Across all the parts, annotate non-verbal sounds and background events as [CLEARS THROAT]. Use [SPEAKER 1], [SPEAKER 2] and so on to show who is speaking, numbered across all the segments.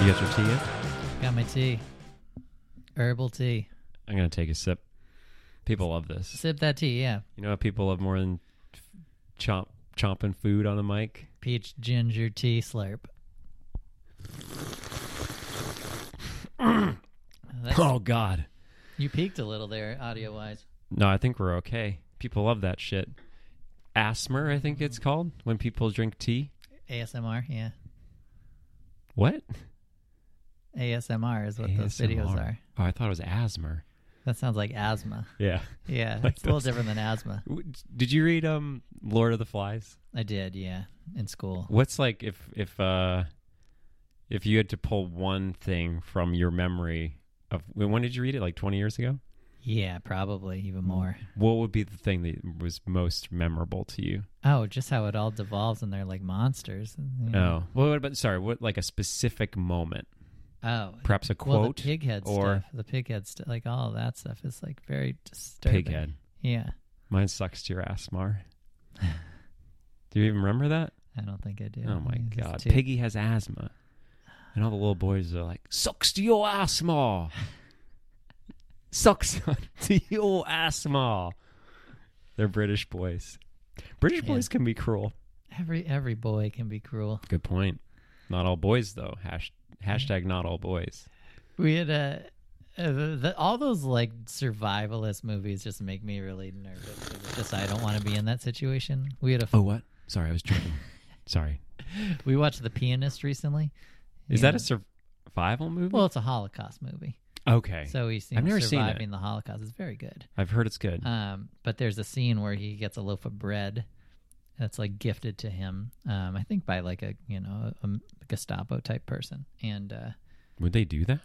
[SPEAKER 1] You got your tea yet?
[SPEAKER 2] Got my tea. Herbal tea.
[SPEAKER 1] I'm gonna take a sip. People love this.
[SPEAKER 2] Sip that tea, yeah.
[SPEAKER 1] You know what people love more than chomp chomping food on a mic?
[SPEAKER 2] Peach ginger tea slurp. [COUGHS] That's-
[SPEAKER 1] Oh God.
[SPEAKER 2] You peaked a little there, audio wise.
[SPEAKER 1] No, I think we're okay. People love that shit. Asthma, I think it's called when people drink tea.
[SPEAKER 2] ASMR, yeah.
[SPEAKER 1] What?
[SPEAKER 2] ASMR is what those videos
[SPEAKER 1] ASMR.
[SPEAKER 2] are.
[SPEAKER 1] Oh, I thought it was asthma.
[SPEAKER 2] That sounds like asthma.
[SPEAKER 1] Yeah.
[SPEAKER 2] Yeah,
[SPEAKER 1] Like
[SPEAKER 2] it's a little
[SPEAKER 1] those-
[SPEAKER 2] different than asthma.
[SPEAKER 1] W- Did you read um Lord of the Flies?
[SPEAKER 2] I did, yeah, in school.
[SPEAKER 1] What's like if if uh if you had to pull one thing from your memory of when when did you read it? Like twenty years ago?
[SPEAKER 2] Yeah, probably even more.
[SPEAKER 1] What would be the thing that was most memorable to you?
[SPEAKER 2] Oh, just how it all devolves and they're like monsters. you know.
[SPEAKER 1] Oh, well, what about sorry? What like a specific moment?
[SPEAKER 2] Oh,
[SPEAKER 1] Perhaps a
[SPEAKER 2] well,
[SPEAKER 1] quote.
[SPEAKER 2] the pig head
[SPEAKER 1] or-
[SPEAKER 2] stuff, the pig head stuff, like all of that stuff is like very disturbing.
[SPEAKER 1] pig head.
[SPEAKER 2] Yeah,
[SPEAKER 1] Mine sucks to your ass,
[SPEAKER 2] [SIGHS]
[SPEAKER 1] Mar. Do you even remember that?
[SPEAKER 2] I don't think I do.
[SPEAKER 1] oh my
[SPEAKER 2] It's
[SPEAKER 1] god,
[SPEAKER 2] too-
[SPEAKER 1] Piggy has asthma, and all the little boys are like, "Sucks to your ass,
[SPEAKER 2] [LAUGHS]
[SPEAKER 1] Mar. Sucks [LAUGHS] to your ass, Mar." They're British boys. British
[SPEAKER 2] Yeah.
[SPEAKER 1] boys can be cruel.
[SPEAKER 2] Every every boy can be cruel.
[SPEAKER 1] Good point. Not all boys though. Hash, hashtag not all boys.
[SPEAKER 2] We had a. Uh, the, the, all those like survivalist movies just make me really nervous. 'cause It's just I don't want to be in that situation. We had a
[SPEAKER 1] Oh what? Sorry, I was [LAUGHS] drinking. Sorry.
[SPEAKER 2] we watched The Pianist recently.
[SPEAKER 1] Is
[SPEAKER 2] Yeah.
[SPEAKER 1] that a survival movie?
[SPEAKER 2] well? It's a Holocaust movie,
[SPEAKER 1] okay.
[SPEAKER 2] so he's
[SPEAKER 1] I've never seen it.
[SPEAKER 2] surviving the Holocaust. It's very good.
[SPEAKER 1] I've heard it's good.
[SPEAKER 2] Um, but there's a scene where he gets a loaf of bread that's like gifted to him. Um, I think by like a you know a, a Gestapo type person. And uh,
[SPEAKER 1] Would they do that?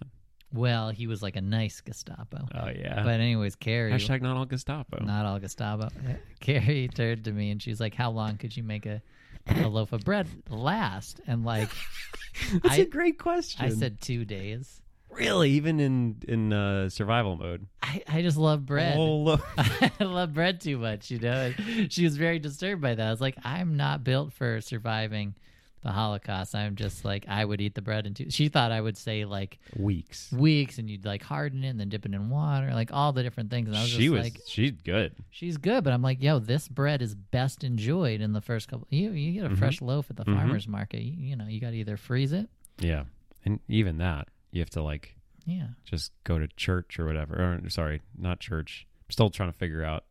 [SPEAKER 2] well, he was like a nice Gestapo.
[SPEAKER 1] Oh yeah.
[SPEAKER 2] but anyways, Carrie,
[SPEAKER 1] hashtag not all Gestapo.
[SPEAKER 2] not all Gestapo. [LAUGHS] Carrie turned to me and she's like, "How long could you make a a loaf of bread last?"
[SPEAKER 1] [LAUGHS]
[SPEAKER 2] And like
[SPEAKER 1] [LAUGHS] That's
[SPEAKER 2] I-
[SPEAKER 1] a great question.
[SPEAKER 2] I said, two days.
[SPEAKER 1] really, even in in uh, survival mode.
[SPEAKER 2] I, I just love bread.
[SPEAKER 1] Oh, look.
[SPEAKER 2] [LAUGHS] I love bread too much, you know. And she was very disturbed by that. I was like, I'm not built for surviving the Holocaust. I'm just like, I would eat the bread and two. She thought I would say like
[SPEAKER 1] weeks.
[SPEAKER 2] weeks, and you'd like harden it and then dip it in water, like all the different things. And I was
[SPEAKER 1] she
[SPEAKER 2] just
[SPEAKER 1] was
[SPEAKER 2] like,
[SPEAKER 1] she's good.
[SPEAKER 2] she's good, but I'm like, yo, this bread is best enjoyed in the first couple. You you get a fresh loaf at the
[SPEAKER 1] Mhm.
[SPEAKER 2] farmer's market. You, you know, you got to either freeze it,
[SPEAKER 1] Yeah, and even that you have to like
[SPEAKER 2] yeah,
[SPEAKER 1] just go to church or whatever. Or, sorry, not church. I'm still trying to figure out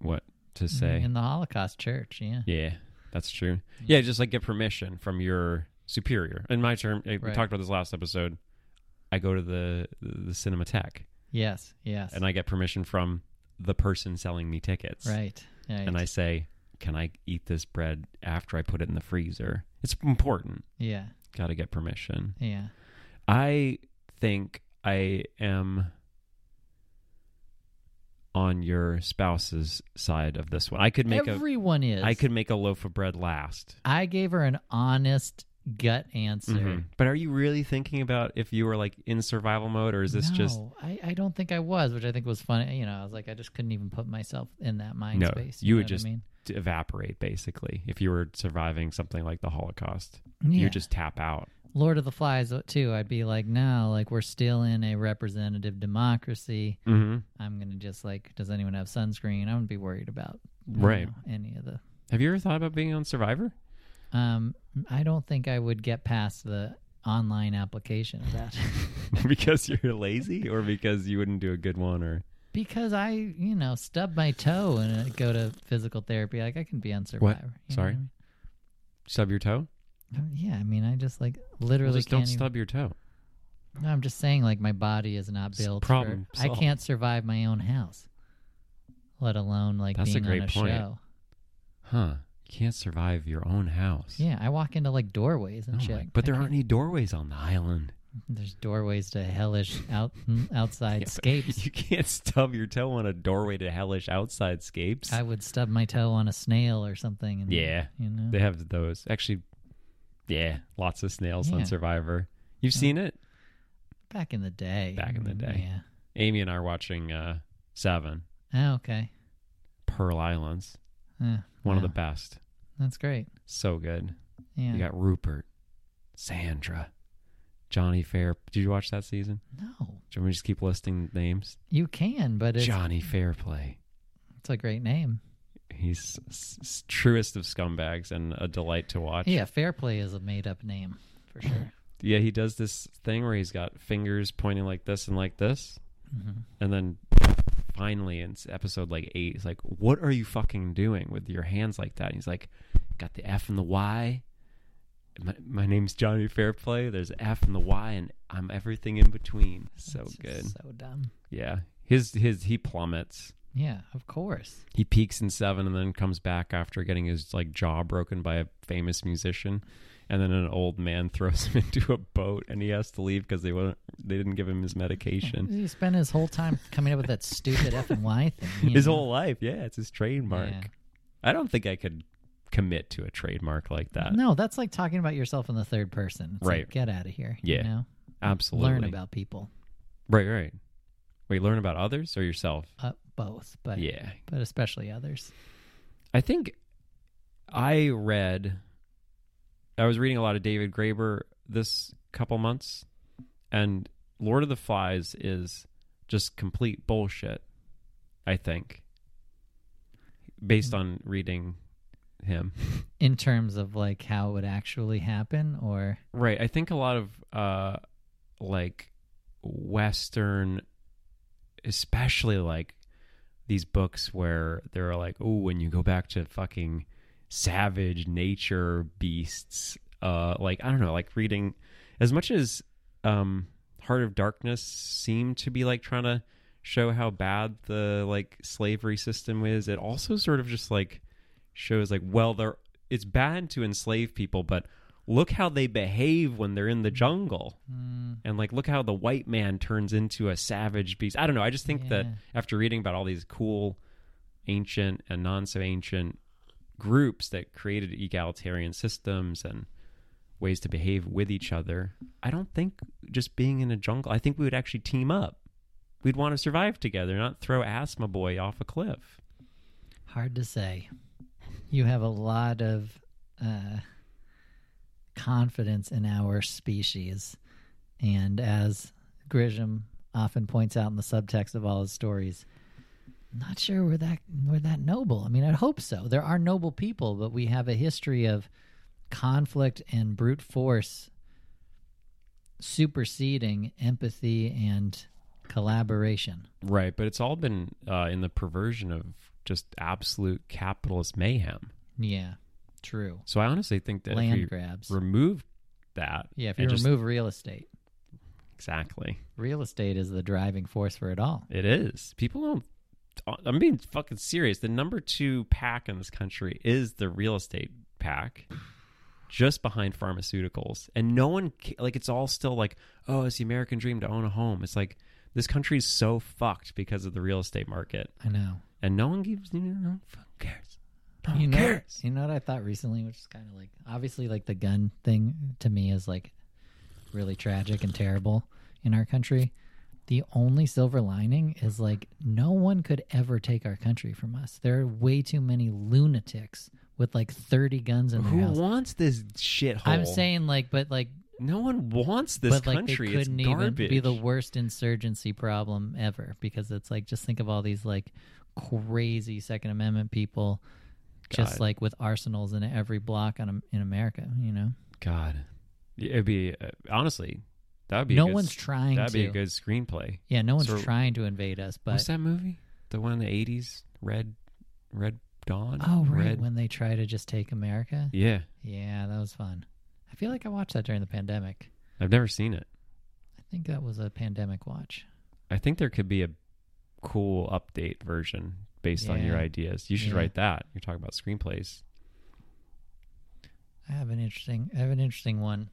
[SPEAKER 1] what to say.
[SPEAKER 2] in the Holocaust church, yeah.
[SPEAKER 1] Yeah, that's true. Yeah, just like get permission from your superior. In my term, eh, we
[SPEAKER 2] Right.
[SPEAKER 1] talked about this last episode. I go to the the Cinematheque
[SPEAKER 2] Yes, yes,
[SPEAKER 1] and I get permission from the person selling me tickets.
[SPEAKER 2] right, right,
[SPEAKER 1] And I say, "Can I eat this bread after I put it in the freezer?" It's important.
[SPEAKER 2] yeah,
[SPEAKER 1] Got to get permission.
[SPEAKER 2] yeah.
[SPEAKER 1] I think I am on your spouse's side of this one. I could make a
[SPEAKER 2] Everyone is.
[SPEAKER 1] I could make a loaf of bread last.
[SPEAKER 2] I gave her an honest gut answer.
[SPEAKER 1] Mhm. But are you really thinking about if you were like in survival mode, or is this
[SPEAKER 2] no,
[SPEAKER 1] just
[SPEAKER 2] I, I don't think I was, which I think was funny. You know, I was like, I just couldn't even put myself in that mind
[SPEAKER 1] No,
[SPEAKER 2] space.
[SPEAKER 1] you
[SPEAKER 2] know
[SPEAKER 1] would
[SPEAKER 2] what
[SPEAKER 1] just-
[SPEAKER 2] I mean?
[SPEAKER 1] to evaporate basically? If you were surviving something like the Holocaust,
[SPEAKER 2] Yeah.
[SPEAKER 1] you just tap out.
[SPEAKER 2] Lord of the Flies uh, too. I'd be like, no, like we're still in a representative democracy.
[SPEAKER 1] Mm-hmm.
[SPEAKER 2] I'm gonna just like, does anyone have sunscreen? I wouldn't be worried about you
[SPEAKER 1] Right.
[SPEAKER 2] know, any of the.
[SPEAKER 1] Have you ever thought about being on Survivor? [LAUGHS]
[SPEAKER 2] Um, I don't think I would get past the online application of that. [LAUGHS]
[SPEAKER 1] because you're lazy, or because you wouldn't do a good one, or
[SPEAKER 2] Because I, you know, stub my toe and uh, go to physical therapy. Like I can be on Survivor. you know
[SPEAKER 1] Sorry?
[SPEAKER 2] what I mean?
[SPEAKER 1] stub your toe?
[SPEAKER 2] Um, Yeah, I mean, I just like literally
[SPEAKER 1] Well, just
[SPEAKER 2] can't.
[SPEAKER 1] don't
[SPEAKER 2] even-
[SPEAKER 1] stub your toe.
[SPEAKER 2] No, I'm just saying, like my body is not
[SPEAKER 1] It's
[SPEAKER 2] built.
[SPEAKER 1] problem
[SPEAKER 2] for, I
[SPEAKER 1] solved.
[SPEAKER 2] can't survive my own house, let alone like
[SPEAKER 1] That's a
[SPEAKER 2] being
[SPEAKER 1] great
[SPEAKER 2] on a
[SPEAKER 1] point.
[SPEAKER 2] show.
[SPEAKER 1] Huh? You can't survive your own house.
[SPEAKER 2] Yeah, I walk into like doorways
[SPEAKER 1] Oh
[SPEAKER 2] and
[SPEAKER 1] my-
[SPEAKER 2] shit.
[SPEAKER 1] but there
[SPEAKER 2] I
[SPEAKER 1] aren't
[SPEAKER 2] can't-
[SPEAKER 1] any doorways on the island.
[SPEAKER 2] There's doorways to hellish
[SPEAKER 1] [LAUGHS]
[SPEAKER 2] out mm, outside
[SPEAKER 1] Yeah, but [LAUGHS]
[SPEAKER 2] scapes.
[SPEAKER 1] You can't stub your toe on a doorway to hellish outside scapes.
[SPEAKER 2] I would stub my toe on a snail or something. And,
[SPEAKER 1] Yeah.
[SPEAKER 2] you know.
[SPEAKER 1] They have those. Actually, yeah, lots of snails
[SPEAKER 2] Yeah. Oh.
[SPEAKER 1] on Survivor. You've seen it?
[SPEAKER 2] back in the day. Mm,
[SPEAKER 1] Back in the day.
[SPEAKER 2] Yeah.
[SPEAKER 1] Amy and I are watching uh, Seven,
[SPEAKER 2] Oh, okay.
[SPEAKER 1] Pearl Islands.
[SPEAKER 2] Uh,
[SPEAKER 1] One of
[SPEAKER 2] wow.
[SPEAKER 1] the best.
[SPEAKER 2] That's great.
[SPEAKER 1] So good.
[SPEAKER 2] Yeah.
[SPEAKER 1] You got Rupert, Sandra, Johnny Fair. Did you watch that season?
[SPEAKER 2] No,
[SPEAKER 1] Do you want me to just keep listing names?
[SPEAKER 2] you can, but it's,
[SPEAKER 1] Johnny Fairplay.
[SPEAKER 2] it's a great name.
[SPEAKER 1] He's s- s- truest of scumbags and a delight to watch.
[SPEAKER 2] Yeah, fair play is a made up name
[SPEAKER 1] [CLEARS THROAT]
[SPEAKER 2] for sure.
[SPEAKER 1] Yeah, he does this thing where he's got fingers pointing like this and like this.
[SPEAKER 2] Mhm.
[SPEAKER 1] And then finally in s- episode like eight, he's like, What are you fucking doing with your hands like that? And he's like, Got the F and the Y. My, my name's Johnny Fairplay. There's a F and the Y, and I'm everything in between. So
[SPEAKER 2] It's just
[SPEAKER 1] good.
[SPEAKER 2] so dumb.
[SPEAKER 1] Yeah. His, his, he plummets.
[SPEAKER 2] Yeah, of course.
[SPEAKER 1] He peaks in seven and then comes back after getting his like jaw broken by a famous musician. And then an old man [LAUGHS] throws him into a boat and he has to leave because they wouldn't, they didn't give him his medication.
[SPEAKER 2] [LAUGHS] He spent his whole time coming up with that stupid F and Y thing. you
[SPEAKER 1] his
[SPEAKER 2] know?
[SPEAKER 1] whole life. Yeah, it's his trademark.
[SPEAKER 2] Yeah.
[SPEAKER 1] I don't think I could commit to a trademark like that.
[SPEAKER 2] No, that's like talking about yourself in the third person. It's like,
[SPEAKER 1] uh, Right.
[SPEAKER 2] get out of here.
[SPEAKER 1] Yeah,
[SPEAKER 2] You know?
[SPEAKER 1] Absolutely.
[SPEAKER 2] Learn about people.
[SPEAKER 1] Right, right. Wait, learn about others or yourself?
[SPEAKER 2] Uh, both, but
[SPEAKER 1] Yeah.
[SPEAKER 2] but especially others.
[SPEAKER 1] I think I read I was reading a lot of David Graeber this couple months and Lord of the Flies is just complete bullshit, I think. Based on reading him.
[SPEAKER 2] In terms of like how it would actually happen or
[SPEAKER 1] Right. I think a lot of uh like western especially like these books where they're like, "Oh, when you go back to fucking savage nature beasts." Uh like I don't know, like reading as much as um Heart of Darkness seemed to be like trying to show how bad the like slavery system is, it also sort of just like shows like well they're it's bad to enslave people, but look how they behave when they're in the jungle
[SPEAKER 2] Mm,
[SPEAKER 1] and like look how the white man turns into a savage beast i don't know i just think that
[SPEAKER 2] Yeah.
[SPEAKER 1] after reading about all these cool ancient and non-so ancient groups that created egalitarian systems and ways to behave with each other i don't think just being in a jungle i think we would actually team up we'd want to survive together not throw asthma boy off a cliff
[SPEAKER 2] hard to say. You have a lot of uh, confidence in our species. And as Grisham often points out in the subtext of all his stories, not sure we're that we're that noble. I mean, I'd hope so. There are noble people, but we have a history of conflict and brute force superseding empathy and collaboration.
[SPEAKER 1] right but it's all been uh, in the perversion of just absolute capitalist mayhem
[SPEAKER 2] Yeah, true.
[SPEAKER 1] so i honestly think that if we
[SPEAKER 2] Land grabs.
[SPEAKER 1] remove that.
[SPEAKER 2] Yeah, if
[SPEAKER 1] and
[SPEAKER 2] you
[SPEAKER 1] just-
[SPEAKER 2] remove real estate,
[SPEAKER 1] exactly,
[SPEAKER 2] real estate is the driving force for it all.
[SPEAKER 1] it is. People don't. uh, I'm being fucking serious. The number two pack in this country is the real estate pack, just behind pharmaceuticals. And no one ca- like it's all still like, oh, it's the American dream to own a home. It's like this country's so fucked because of the real estate market,
[SPEAKER 2] I know.
[SPEAKER 1] and no one gives you know, no one fucking cares. No one
[SPEAKER 2] You know,
[SPEAKER 1] cares.
[SPEAKER 2] you know what I thought recently, which is kind of like obviously like the gun thing to me is like really tragic and terrible in our country. The only silver lining is like no one could ever take our country from us. There are way too many lunatics with like 30 guns in their
[SPEAKER 1] Who
[SPEAKER 2] house.
[SPEAKER 1] wants this shithole?
[SPEAKER 2] I'm saying like but like
[SPEAKER 1] no one wants this
[SPEAKER 2] but like
[SPEAKER 1] country.
[SPEAKER 2] they couldn't
[SPEAKER 1] it's
[SPEAKER 2] even
[SPEAKER 1] garbage.
[SPEAKER 2] be the worst insurgency problem ever because it's like just think of all these like crazy Second Amendment people, just
[SPEAKER 1] God.
[SPEAKER 2] like with arsenals in every block on Am- in America. You know,
[SPEAKER 1] God, it'd be uh, honestly that would be
[SPEAKER 2] no
[SPEAKER 1] a good,
[SPEAKER 2] one's
[SPEAKER 1] s-
[SPEAKER 2] trying
[SPEAKER 1] that'd
[SPEAKER 2] to.
[SPEAKER 1] be a good screenplay.
[SPEAKER 2] yeah, no one's
[SPEAKER 1] sort of-
[SPEAKER 2] trying to invade us,
[SPEAKER 1] What's
[SPEAKER 2] but
[SPEAKER 1] that movie? The one in the eighties, Red, Red Dawn.
[SPEAKER 2] oh right,
[SPEAKER 1] Red,
[SPEAKER 2] when they try to just take America.
[SPEAKER 1] yeah,
[SPEAKER 2] Yeah, that was fun. I feel like I watched that during the pandemic.
[SPEAKER 1] I've never seen it.
[SPEAKER 2] I think that was a pandemic watch.
[SPEAKER 1] I think there could be a cool update version based on your
[SPEAKER 2] Yeah.
[SPEAKER 1] ideas. You should
[SPEAKER 2] Yeah.
[SPEAKER 1] write that. You're talking about screenplays.
[SPEAKER 2] I have an interesting I have an interesting one.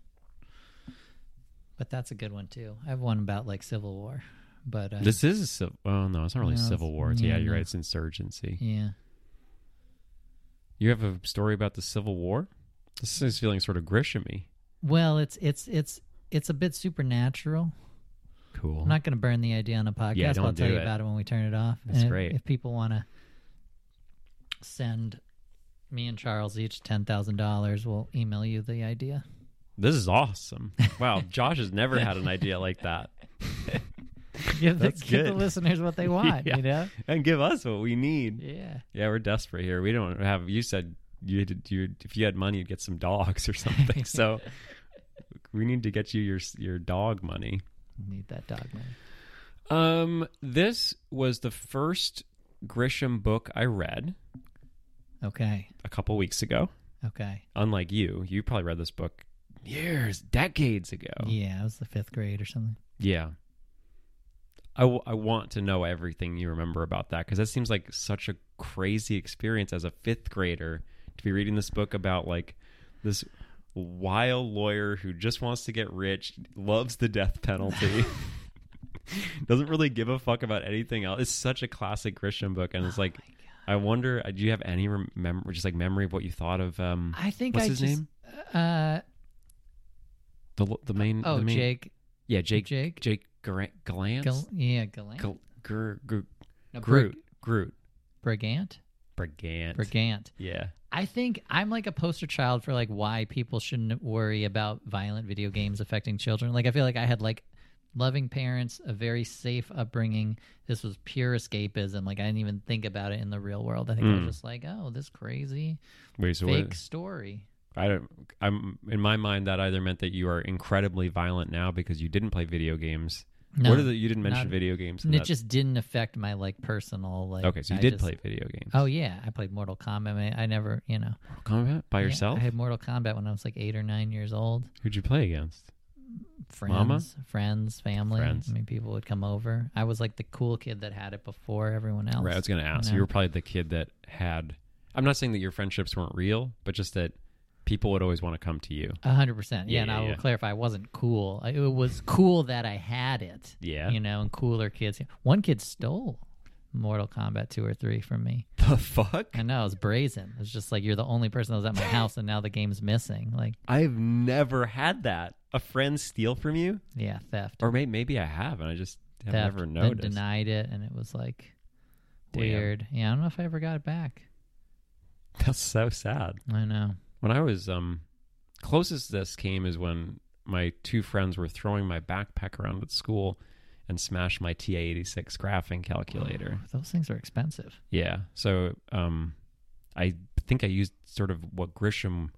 [SPEAKER 2] But that's a good one too. I have one about like Civil War. But uh,
[SPEAKER 1] This is a civ- oh no, it's not really
[SPEAKER 2] No, it's-
[SPEAKER 1] civil war. It's, yeah,
[SPEAKER 2] yeah,
[SPEAKER 1] you're
[SPEAKER 2] no.
[SPEAKER 1] right. It's insurgency.
[SPEAKER 2] yeah.
[SPEAKER 1] You have a story about the Civil War. This is feeling sort of Grishamy.
[SPEAKER 2] Well, it's it's it's it's a bit supernatural.
[SPEAKER 1] Cool.
[SPEAKER 2] I'm not going to burn the idea on a podcast.
[SPEAKER 1] Yeah,
[SPEAKER 2] but I'll
[SPEAKER 1] don't
[SPEAKER 2] tell
[SPEAKER 1] do
[SPEAKER 2] you
[SPEAKER 1] it.
[SPEAKER 2] about it when we turn it off.
[SPEAKER 1] That's
[SPEAKER 2] And if-
[SPEAKER 1] great.
[SPEAKER 2] If people want to send me and Charles each ten thousand dollars, we'll email you the idea. [LAUGHS]
[SPEAKER 1] This is awesome. Wow, [LAUGHS] Josh has never had an idea like that.
[SPEAKER 2] give the,
[SPEAKER 1] That's
[SPEAKER 2] give the
[SPEAKER 1] good.
[SPEAKER 2] listeners what they
[SPEAKER 1] [LAUGHS]
[SPEAKER 2] want,
[SPEAKER 1] Yeah.
[SPEAKER 2] you know?
[SPEAKER 1] And give us what we need.
[SPEAKER 2] Yeah.
[SPEAKER 1] Yeah, we're desperate here. We don't have. You said you did. You if you had money, you'd get some dogs or [LAUGHS] something. so we need to get you your your dog money.
[SPEAKER 2] Need that dog money.
[SPEAKER 1] Um, this was the first Grisham book I read
[SPEAKER 2] Okay.
[SPEAKER 1] a couple weeks ago.
[SPEAKER 2] Okay.
[SPEAKER 1] Unlike you, you probably read this book years, decades ago.
[SPEAKER 2] Yeah, it was the fifth grade or something.
[SPEAKER 1] Yeah. I, w- I want to know everything you remember about that because that seems like such a crazy experience as a fifth grader to be reading this book about like this wild lawyer who just wants to get rich, loves the death penalty, [LAUGHS] doesn't really give a fuck about anything else. It's such a classic Grisham book, and it's like,
[SPEAKER 2] Oh my God.
[SPEAKER 1] I wonder, uh, do you have any rem- mem- just like memory of what you thought of um
[SPEAKER 2] I think
[SPEAKER 1] What's
[SPEAKER 2] I
[SPEAKER 1] his
[SPEAKER 2] just,
[SPEAKER 1] name?
[SPEAKER 2] Uh,
[SPEAKER 1] the l- the main
[SPEAKER 2] oh,
[SPEAKER 1] the main,
[SPEAKER 2] Jake.
[SPEAKER 1] yeah Jake Jake,
[SPEAKER 2] Jake.
[SPEAKER 1] Grant, Glance
[SPEAKER 2] Gal- yeah, Gallant.
[SPEAKER 1] Gal- gr- gr-
[SPEAKER 2] No, Brig-
[SPEAKER 1] Groot. Groot.
[SPEAKER 2] Brigant.
[SPEAKER 1] Brigant.
[SPEAKER 2] Brigant.
[SPEAKER 1] Yeah.
[SPEAKER 2] I think I'm like a poster child for like why people shouldn't worry about violent video games affecting children. Like I feel like I had like loving parents, a very safe upbringing. This was pure escapism. Like I didn't even think about it in the real world. I think I
[SPEAKER 1] Mm.
[SPEAKER 2] was just like, oh, this crazy
[SPEAKER 1] Wait, so
[SPEAKER 2] fake
[SPEAKER 1] what,
[SPEAKER 2] story.
[SPEAKER 1] I don't I'm in my mind that either meant that you are incredibly violent now because you didn't play video games.
[SPEAKER 2] No,
[SPEAKER 1] what are the you didn't mention
[SPEAKER 2] not-
[SPEAKER 1] video games in
[SPEAKER 2] and it
[SPEAKER 1] that-
[SPEAKER 2] just didn't affect my like personal like.
[SPEAKER 1] Okay, so you
[SPEAKER 2] I
[SPEAKER 1] did
[SPEAKER 2] just-
[SPEAKER 1] play video games.
[SPEAKER 2] Oh yeah, I played Mortal Kombat. I, mean, I never, you know,
[SPEAKER 1] Kombat by
[SPEAKER 2] Yeah,
[SPEAKER 1] yourself?
[SPEAKER 2] I had Mortal Kombat when I was like eight or nine years old.
[SPEAKER 1] Who'd you play against?
[SPEAKER 2] friends,
[SPEAKER 1] Mama?
[SPEAKER 2] friends, family.
[SPEAKER 1] Friends.
[SPEAKER 2] I mean, people would come over. I was like the cool kid that had it before everyone else.
[SPEAKER 1] Right, I was going to ask.
[SPEAKER 2] No.
[SPEAKER 1] You were probably the kid that had I'm not saying that your friendships weren't real, but just that people would always want to come to you.
[SPEAKER 2] A hundred percent.
[SPEAKER 1] Yeah,
[SPEAKER 2] Yeah, and
[SPEAKER 1] yeah,
[SPEAKER 2] I will
[SPEAKER 1] yeah.
[SPEAKER 2] clarify, I wasn't cool. I, it was cool that I had it.
[SPEAKER 1] Yeah.
[SPEAKER 2] You know, and cooler kids. One kid stole Mortal Kombat two or three from me.
[SPEAKER 1] The fuck?
[SPEAKER 2] I know it was brazen. It was just like you're the only person that was
[SPEAKER 1] [LAUGHS]
[SPEAKER 2] at my house, and now the game's missing. Like,
[SPEAKER 1] I've never had that. A friend steal from you?
[SPEAKER 2] yeah, theft.
[SPEAKER 1] Or may- maybe I have and I just have
[SPEAKER 2] theft.
[SPEAKER 1] never
[SPEAKER 2] then
[SPEAKER 1] noticed.
[SPEAKER 2] denied it, and it was like
[SPEAKER 1] Damn.
[SPEAKER 2] weird. Yeah, I don't know if I ever got it back.
[SPEAKER 1] That's so sad.
[SPEAKER 2] I know.
[SPEAKER 1] When I was um closest this came is when my two friends were throwing my backpack around at school and smashed my TA eighty six graphing
[SPEAKER 2] [GASPS]
[SPEAKER 1] calculator.
[SPEAKER 2] Those things are expensive.
[SPEAKER 1] Yeah. So um I think I used sort of what Grisham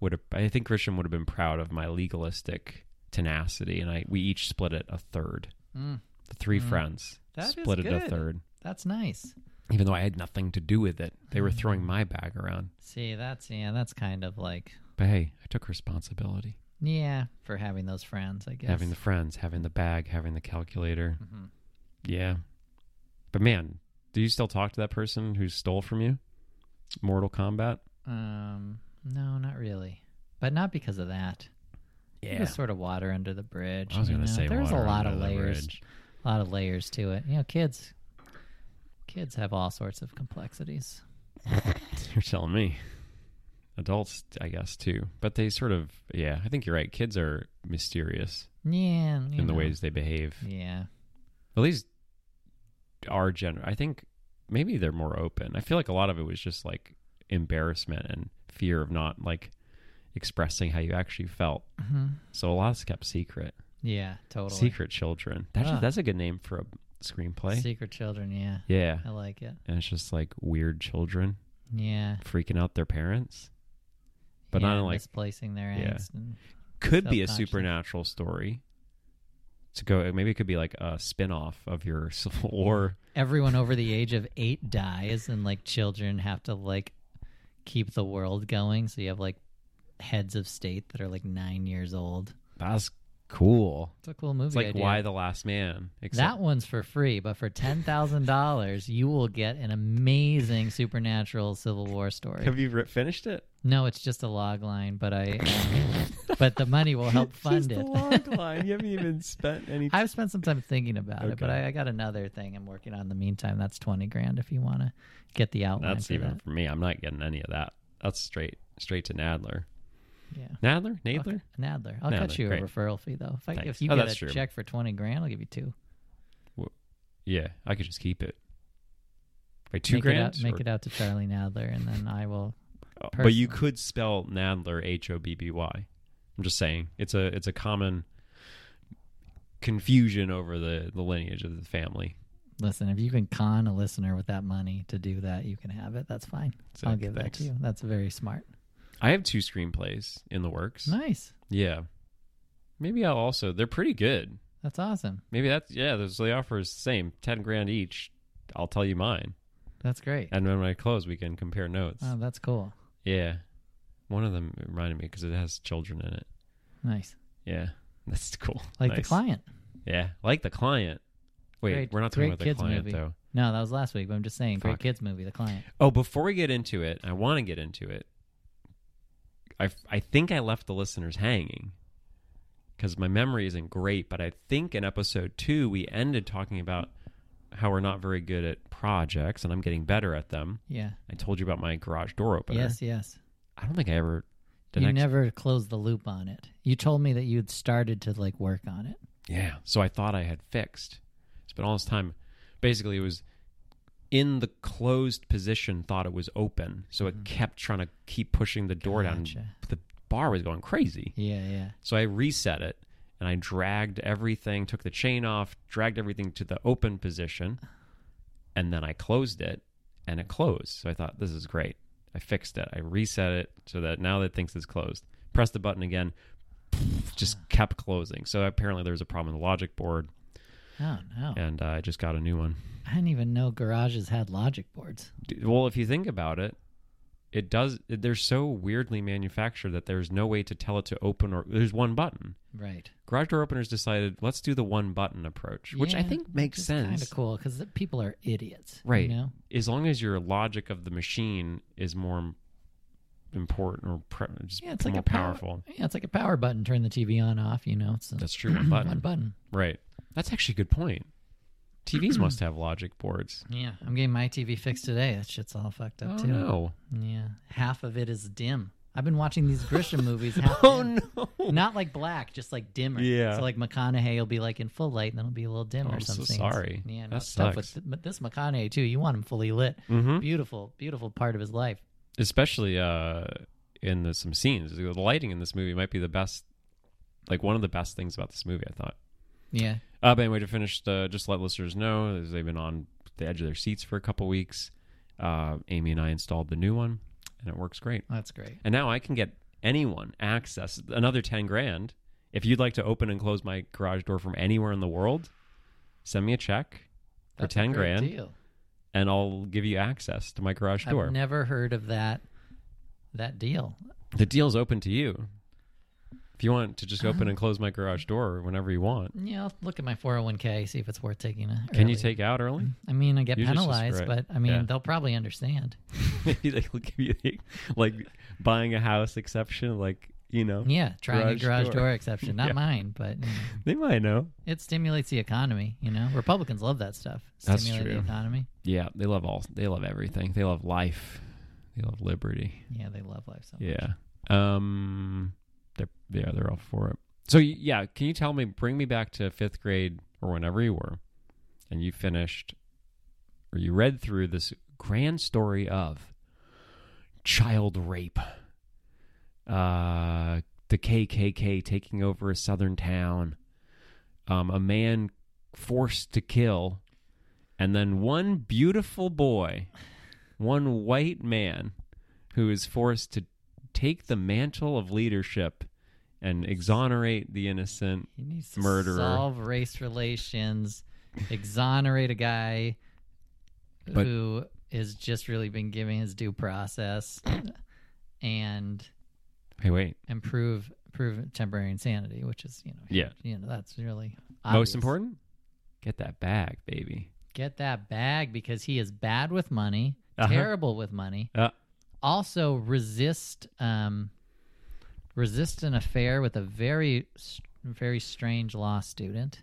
[SPEAKER 1] would have I think Grisham would have been proud of my legalistic tenacity and I we each split it a third.
[SPEAKER 2] Mm.
[SPEAKER 1] The three
[SPEAKER 2] Mm.
[SPEAKER 1] friends
[SPEAKER 2] That is
[SPEAKER 1] split it a
[SPEAKER 2] good.
[SPEAKER 1] third.
[SPEAKER 2] That's nice.
[SPEAKER 1] Even though I had nothing to do with it. They were
[SPEAKER 2] Mm.
[SPEAKER 1] throwing my bag around.
[SPEAKER 2] See, that's yeah, that's kind of like
[SPEAKER 1] But hey, I took responsibility.
[SPEAKER 2] yeah for having those friends, I guess.
[SPEAKER 1] having the friends, having the bag, having the calculator.
[SPEAKER 2] Mhm.
[SPEAKER 1] Yeah. But man, do you still talk to that person who stole from you? Mortal Kombat?
[SPEAKER 2] um, no, not really, but not because of that. It was sort of water under the bridge.
[SPEAKER 1] I was
[SPEAKER 2] you
[SPEAKER 1] going to
[SPEAKER 2] know?
[SPEAKER 1] say
[SPEAKER 2] there's
[SPEAKER 1] water
[SPEAKER 2] a lot of
[SPEAKER 1] under the
[SPEAKER 2] layers,
[SPEAKER 1] bridge. [LAUGHS]
[SPEAKER 2] a lot of layers to it. You know, kids, kids have all sorts of complexities.
[SPEAKER 1] You're telling me. Adults, I guess, too. But they sort of, yeah, I think you're right. Kids are mysterious
[SPEAKER 2] Yeah, you
[SPEAKER 1] in the
[SPEAKER 2] know.
[SPEAKER 1] ways they behave.
[SPEAKER 2] Yeah,
[SPEAKER 1] At least our gen. I think maybe they're more open. I feel like a lot of it was just like embarrassment and fear of not like expressing how you actually felt.
[SPEAKER 2] hmm
[SPEAKER 1] So a lot's kept secret.
[SPEAKER 2] yeah, totally.
[SPEAKER 1] Secret Children. That's
[SPEAKER 2] Ah.
[SPEAKER 1] that's a good name for a screenplay.
[SPEAKER 2] Secret children. Yeah,
[SPEAKER 1] yeah,
[SPEAKER 2] I like it.
[SPEAKER 1] and it's just like weird children
[SPEAKER 2] Yeah,
[SPEAKER 1] freaking out their parents. But
[SPEAKER 2] yeah,
[SPEAKER 1] not in, like-
[SPEAKER 2] misplacing their
[SPEAKER 1] Yeah.
[SPEAKER 2] angst. And,
[SPEAKER 1] Could be a
[SPEAKER 2] Self-conscious.
[SPEAKER 1] supernatural story. To go, maybe it could be like a spin-off of your [LAUGHS] or
[SPEAKER 2] everyone over the age of eight dies and like children have to like keep the world going so you have like heads of state that are like nine years old
[SPEAKER 1] that's cool.
[SPEAKER 2] it's a cool movie
[SPEAKER 1] It's like
[SPEAKER 2] idea.
[SPEAKER 1] why the last man.
[SPEAKER 2] that one's for free but for $10000 you will get an amazing supernatural civil war story
[SPEAKER 1] have you re- finished it?
[SPEAKER 2] no it's just a log line
[SPEAKER 1] [LAUGHS]
[SPEAKER 2] but i but the money will help fund
[SPEAKER 1] Just
[SPEAKER 2] it
[SPEAKER 1] a log
[SPEAKER 2] [LAUGHS]
[SPEAKER 1] line. You haven't even spent any.
[SPEAKER 2] I've spent some time thinking about it, but
[SPEAKER 1] Okay.
[SPEAKER 2] I, I got another thing I'm working on in the meantime. That's twenty grand if you want to get the outline.
[SPEAKER 1] That's
[SPEAKER 2] for
[SPEAKER 1] even
[SPEAKER 2] that.
[SPEAKER 1] for me. I'm not getting any of that. That's straight straight to Nadler.
[SPEAKER 2] yeah.
[SPEAKER 1] Nadler,
[SPEAKER 2] I'll-
[SPEAKER 1] Nadler.
[SPEAKER 2] Nadler. I'll
[SPEAKER 1] Nadler,
[SPEAKER 2] cut you a
[SPEAKER 1] great.
[SPEAKER 2] referral fee though. If, I,
[SPEAKER 1] Thanks.
[SPEAKER 2] if you
[SPEAKER 1] Oh,
[SPEAKER 2] get
[SPEAKER 1] that's
[SPEAKER 2] a
[SPEAKER 1] true.
[SPEAKER 2] check for twenty grand, I'll give you two.
[SPEAKER 1] Yeah, I could just keep it. Wait, two
[SPEAKER 2] make
[SPEAKER 1] grand?
[SPEAKER 2] It out, make it out to Charlie Nadler, and then I will.
[SPEAKER 1] But you
[SPEAKER 2] personally.
[SPEAKER 1] could spell Nadler H O B B Y. I'm just saying it's a it's a common confusion over the the lineage of the family.
[SPEAKER 2] Listen, if you can con a listener with that money to do that, you can have it. That's fine.
[SPEAKER 1] So,
[SPEAKER 2] I'll give that
[SPEAKER 1] thanks.
[SPEAKER 2] to you. That's very smart.
[SPEAKER 1] I have two screenplays in the works.
[SPEAKER 2] Nice.
[SPEAKER 1] Yeah, maybe I'll also. They're pretty good.
[SPEAKER 2] That's awesome.
[SPEAKER 1] Maybe that's yeah. Those the offer is the same, ten grand each. I'll tell you mine,
[SPEAKER 2] That's great.
[SPEAKER 1] and when I close, we can compare notes.
[SPEAKER 2] Oh, that's cool.
[SPEAKER 1] yeah, one of them reminded me because it has children in it.
[SPEAKER 2] Nice.
[SPEAKER 1] Yeah, that's cool.
[SPEAKER 2] Like the
[SPEAKER 1] Nice.
[SPEAKER 2] client.
[SPEAKER 1] Yeah, like the client. Wait,
[SPEAKER 2] Great-
[SPEAKER 1] we're not talking
[SPEAKER 2] great
[SPEAKER 1] about the
[SPEAKER 2] kids
[SPEAKER 1] client
[SPEAKER 2] movie.
[SPEAKER 1] though.
[SPEAKER 2] No, that was last week, but I'm just saying,
[SPEAKER 1] Fuck.
[SPEAKER 2] great kids movie, The Client.
[SPEAKER 1] Oh, before we get into it, I want to get into it. I I think I left the listeners hanging because my memory isn't great, but I think in episode two we ended talking about how we're not very good at projects, and I'm getting better at them.
[SPEAKER 2] Yeah.
[SPEAKER 1] I told you about my garage door opener.
[SPEAKER 2] Yes, yes.
[SPEAKER 1] I don't think I ever. The
[SPEAKER 2] you
[SPEAKER 1] next,
[SPEAKER 2] never closed the loop on it. You told me that you'd started to like work on it.
[SPEAKER 1] Yeah. So I thought I had fixed. It's been all this time. Basically, it was in the closed position, thought it was open. So it kept trying to keep pushing the door down.
[SPEAKER 2] Gotcha.
[SPEAKER 1] The bar was going crazy.
[SPEAKER 2] Yeah, yeah.
[SPEAKER 1] So I reset it and I dragged everything, took the chain off, dragged everything to the open position, and then I closed it and it closed. So I thought, this is great. I fixed it. I reset it so that now that it thinks it's closed. Press the button again, just kept closing. So apparently there was a problem in the logic board
[SPEAKER 2] Oh no.
[SPEAKER 1] and uh, I just got a new one.
[SPEAKER 2] I didn't even know garages had logic boards.
[SPEAKER 1] D- Well, if you think about it, it does. They're so weirdly manufactured that there's no way to tell it to open or there's one button.
[SPEAKER 2] Right.
[SPEAKER 1] garage door openers decided let's do the one button approach, which I
[SPEAKER 2] Yeah,
[SPEAKER 1] think makes
[SPEAKER 2] It's kind
[SPEAKER 1] sense.
[SPEAKER 2] of cool because people are idiots.
[SPEAKER 1] Right.
[SPEAKER 2] You know?
[SPEAKER 1] As long as your logic of the machine is more im- important or pre- just
[SPEAKER 2] Yeah, it's like
[SPEAKER 1] more
[SPEAKER 2] a power-
[SPEAKER 1] powerful.
[SPEAKER 2] Yeah, it's like a power button. Turn the TV on off. You know, it's a
[SPEAKER 1] That's true.
[SPEAKER 2] [CLEARS THROAT]
[SPEAKER 1] One button.
[SPEAKER 2] one button.
[SPEAKER 1] Right. That's actually a good point. TVs must have logic boards.
[SPEAKER 2] Yeah, I'm getting my TV fixed today. That shit's all fucked up
[SPEAKER 1] Oh
[SPEAKER 2] too.
[SPEAKER 1] no!
[SPEAKER 2] Yeah, half of it is dim. I've been watching these
[SPEAKER 1] [LAUGHS]
[SPEAKER 2] Grisham movies. Half
[SPEAKER 1] Oh
[SPEAKER 2] dim.
[SPEAKER 1] no!
[SPEAKER 2] Not like black, just like dimmer.
[SPEAKER 1] Yeah.
[SPEAKER 2] So like McConaughey will be like in full light, and then it'll be a little dim
[SPEAKER 1] Oh,
[SPEAKER 2] or
[SPEAKER 1] I'm so
[SPEAKER 2] something.
[SPEAKER 1] sorry.
[SPEAKER 2] Yeah, no,
[SPEAKER 1] That
[SPEAKER 2] it's tough
[SPEAKER 1] sucks.
[SPEAKER 2] with th- but this McConaughey too. You want him fully lit.
[SPEAKER 1] hmm
[SPEAKER 2] Beautiful, beautiful part of his life.
[SPEAKER 1] Especially uh, in the, some scenes, the lighting in this movie might be the best. Like one of the best things about this movie, I thought.
[SPEAKER 2] Yeah.
[SPEAKER 1] Uh, but anyway, to finish, the, just let listeners know as they've been on the edge of their seats for a couple weeks. Uh, Amy and I installed the new one, and it works great.
[SPEAKER 2] That's great.
[SPEAKER 1] And now I can get anyone access another ten grand. If you'd like to open and close my garage door from anywhere in the world, send me a check for
[SPEAKER 2] That's a
[SPEAKER 1] ten
[SPEAKER 2] great
[SPEAKER 1] grand,
[SPEAKER 2] deal.
[SPEAKER 1] and I'll give you access to my garage door.
[SPEAKER 2] I've never heard of that that deal.
[SPEAKER 1] the deal's open to you. If you want to just open and close my garage door whenever you want,
[SPEAKER 2] Yeah, I'll look at my 401k, see if it's worth taking a.
[SPEAKER 1] can you
[SPEAKER 2] early.
[SPEAKER 1] take out early?
[SPEAKER 2] I mean, I get
[SPEAKER 1] You're just a
[SPEAKER 2] penalized,
[SPEAKER 1] spread.
[SPEAKER 2] but I mean,
[SPEAKER 1] Yeah.
[SPEAKER 2] they'll probably understand.
[SPEAKER 1] Maybe [LAUGHS] they will give you the, like buying a house exception, like you know.
[SPEAKER 2] Yeah, trying
[SPEAKER 1] Mm-hmm. Garage
[SPEAKER 2] a garage
[SPEAKER 1] door.
[SPEAKER 2] door,
[SPEAKER 1] [LAUGHS]
[SPEAKER 2] exception, not
[SPEAKER 1] Yeah.
[SPEAKER 2] mine, but you know,
[SPEAKER 1] They might know.
[SPEAKER 2] it stimulates the economy. You know, Republicans love that stuff.
[SPEAKER 1] That's
[SPEAKER 2] Stimulate
[SPEAKER 1] true.
[SPEAKER 2] the economy.
[SPEAKER 1] Yeah, they love all they love everything. They love life. They love liberty.
[SPEAKER 2] Yeah, they love life. So much.
[SPEAKER 1] Yeah. Um they're yeah, they're all for it. So y- yeah, can you tell me bring me back to fifth grade or whenever you were and you finished or you read through this grand story of child rape. Uh the KKK taking over a southern town. Um a man forced to kill and then one beautiful boy, one white man who is forced to take the mantle of leadership and exonerate the innocent.
[SPEAKER 2] he needs to
[SPEAKER 1] Murderer.
[SPEAKER 2] solve race relations, exonerate a guy
[SPEAKER 1] But-
[SPEAKER 2] who is just really been giving his due process, and
[SPEAKER 1] Hey, wait.
[SPEAKER 2] improve improve temporary insanity, which is you know
[SPEAKER 1] Yeah.
[SPEAKER 2] you know that's really
[SPEAKER 1] Most
[SPEAKER 2] obvious.
[SPEAKER 1] important? Get that bag, baby.
[SPEAKER 2] Get that bag because he is bad with money,
[SPEAKER 1] Uh-huh.
[SPEAKER 2] terrible with money.
[SPEAKER 1] Uh.
[SPEAKER 2] Also resist um, resist an affair with a very s- very strange law student.